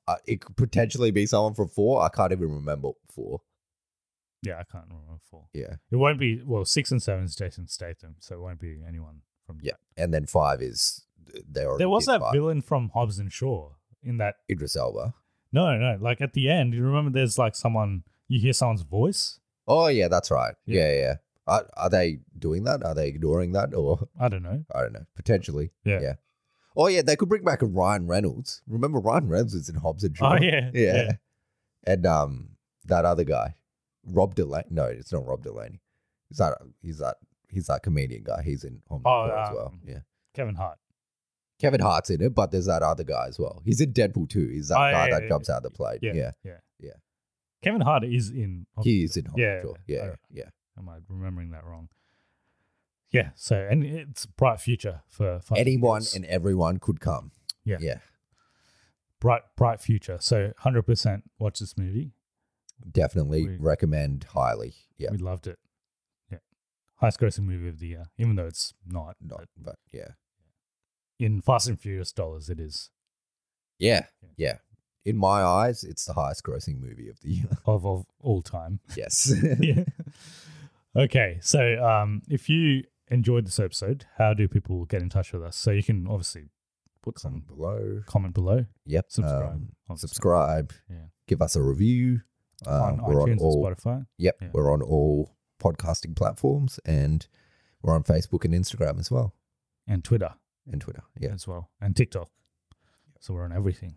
S2: uh, it could potentially be someone from four. I can't even remember four.
S1: yeah. I can't remember four.
S2: Yeah.
S1: It won't be well. Six and seven is Jason Statham, so it won't be anyone from.
S2: Yeah. And then five is they already
S1: There was
S2: did
S1: that
S2: five.
S1: villain from Hobbs and Shaw in that.
S2: Idris Elba.
S1: No, no. Like at the end, you remember there's like someone you hear someone's voice.
S2: Oh yeah, that's right.
S1: Yeah.
S2: Yeah, yeah. yeah. Are, are they doing that? Are they ignoring that? Or
S1: I don't know.
S2: I don't know. Potentially.
S1: Yeah.
S2: Yeah. Oh yeah, they could bring back a Ryan Reynolds. Remember Ryan Reynolds was in Hobbs and Shaw.
S1: Oh, yeah,
S2: yeah.
S1: yeah.
S2: And um, that other guy, Rob Delaney. No, it's not Rob Delaney. Is that he's that he's that comedian guy? He's in Hobbs and
S1: Oh,
S2: Shaw as
S1: um,
S2: well. Yeah.
S1: Kevin Hart.
S2: Kevin Hart's in it, but there's that other guy as well. He's in Deadpool too. He's
S1: Oh,
S2: that guy
S1: yeah,
S2: that
S1: yeah,
S2: jumps out of the plane.
S1: Yeah,
S2: Yeah.
S1: yeah.
S2: yeah.
S1: Kevin Hart is in. Hobbs
S2: He
S1: and
S2: is in Hobbs
S1: Yeah,
S2: and Shaw.
S1: yeah,
S2: Yeah.
S1: alright.
S2: Yeah.
S1: Am I remembering that wrong? Yeah. So, and it's a bright future for, for
S2: Anyone
S1: yes.
S2: and everyone could come.
S1: Yeah.
S2: Yeah.
S1: bright bright future. So, hundred percent watch this movie.
S2: Definitely
S1: We-
S2: recommend highly. Yeah.
S1: We loved it. Yeah, highest grossing movie of the year, even though it's not.
S2: Not,
S1: but
S2: but yeah.
S1: in Fast and Furious dollars, it is
S2: Yeah. Yeah. In my eyes, it's the highest grossing movie of the year.
S1: of of all time.
S2: yes.
S1: yeah. Okay, so um, if you enjoyed this episode, how do people get in touch with us? So you can obviously put some
S2: Comment below.
S1: comment below.
S2: Yep.
S1: Subscribe,
S2: Um,
S1: obviously.
S2: subscribe.
S1: Yeah.
S2: Give us a review. Um,
S1: on
S2: we're
S1: iTunes
S2: on all.
S1: and Spotify.
S2: Yep.
S1: Yeah.
S2: We're on all podcasting platforms and we're on Facebook and Instagram as well
S1: and Twitter
S2: and Twitter. Yeah.
S1: as well, and TikTok. So we're on everything.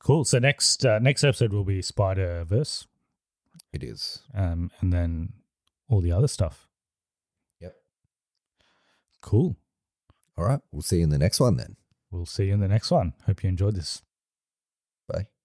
S1: Cool. So next uh, next episode will be Spider Verse,
S2: It is.
S1: um, and then all the other stuff.
S2: Yep.
S1: Cool.
S2: All right. We'll see you in the next one then.
S1: We'll see you in the next one. Hope you enjoyed this.
S2: Bye.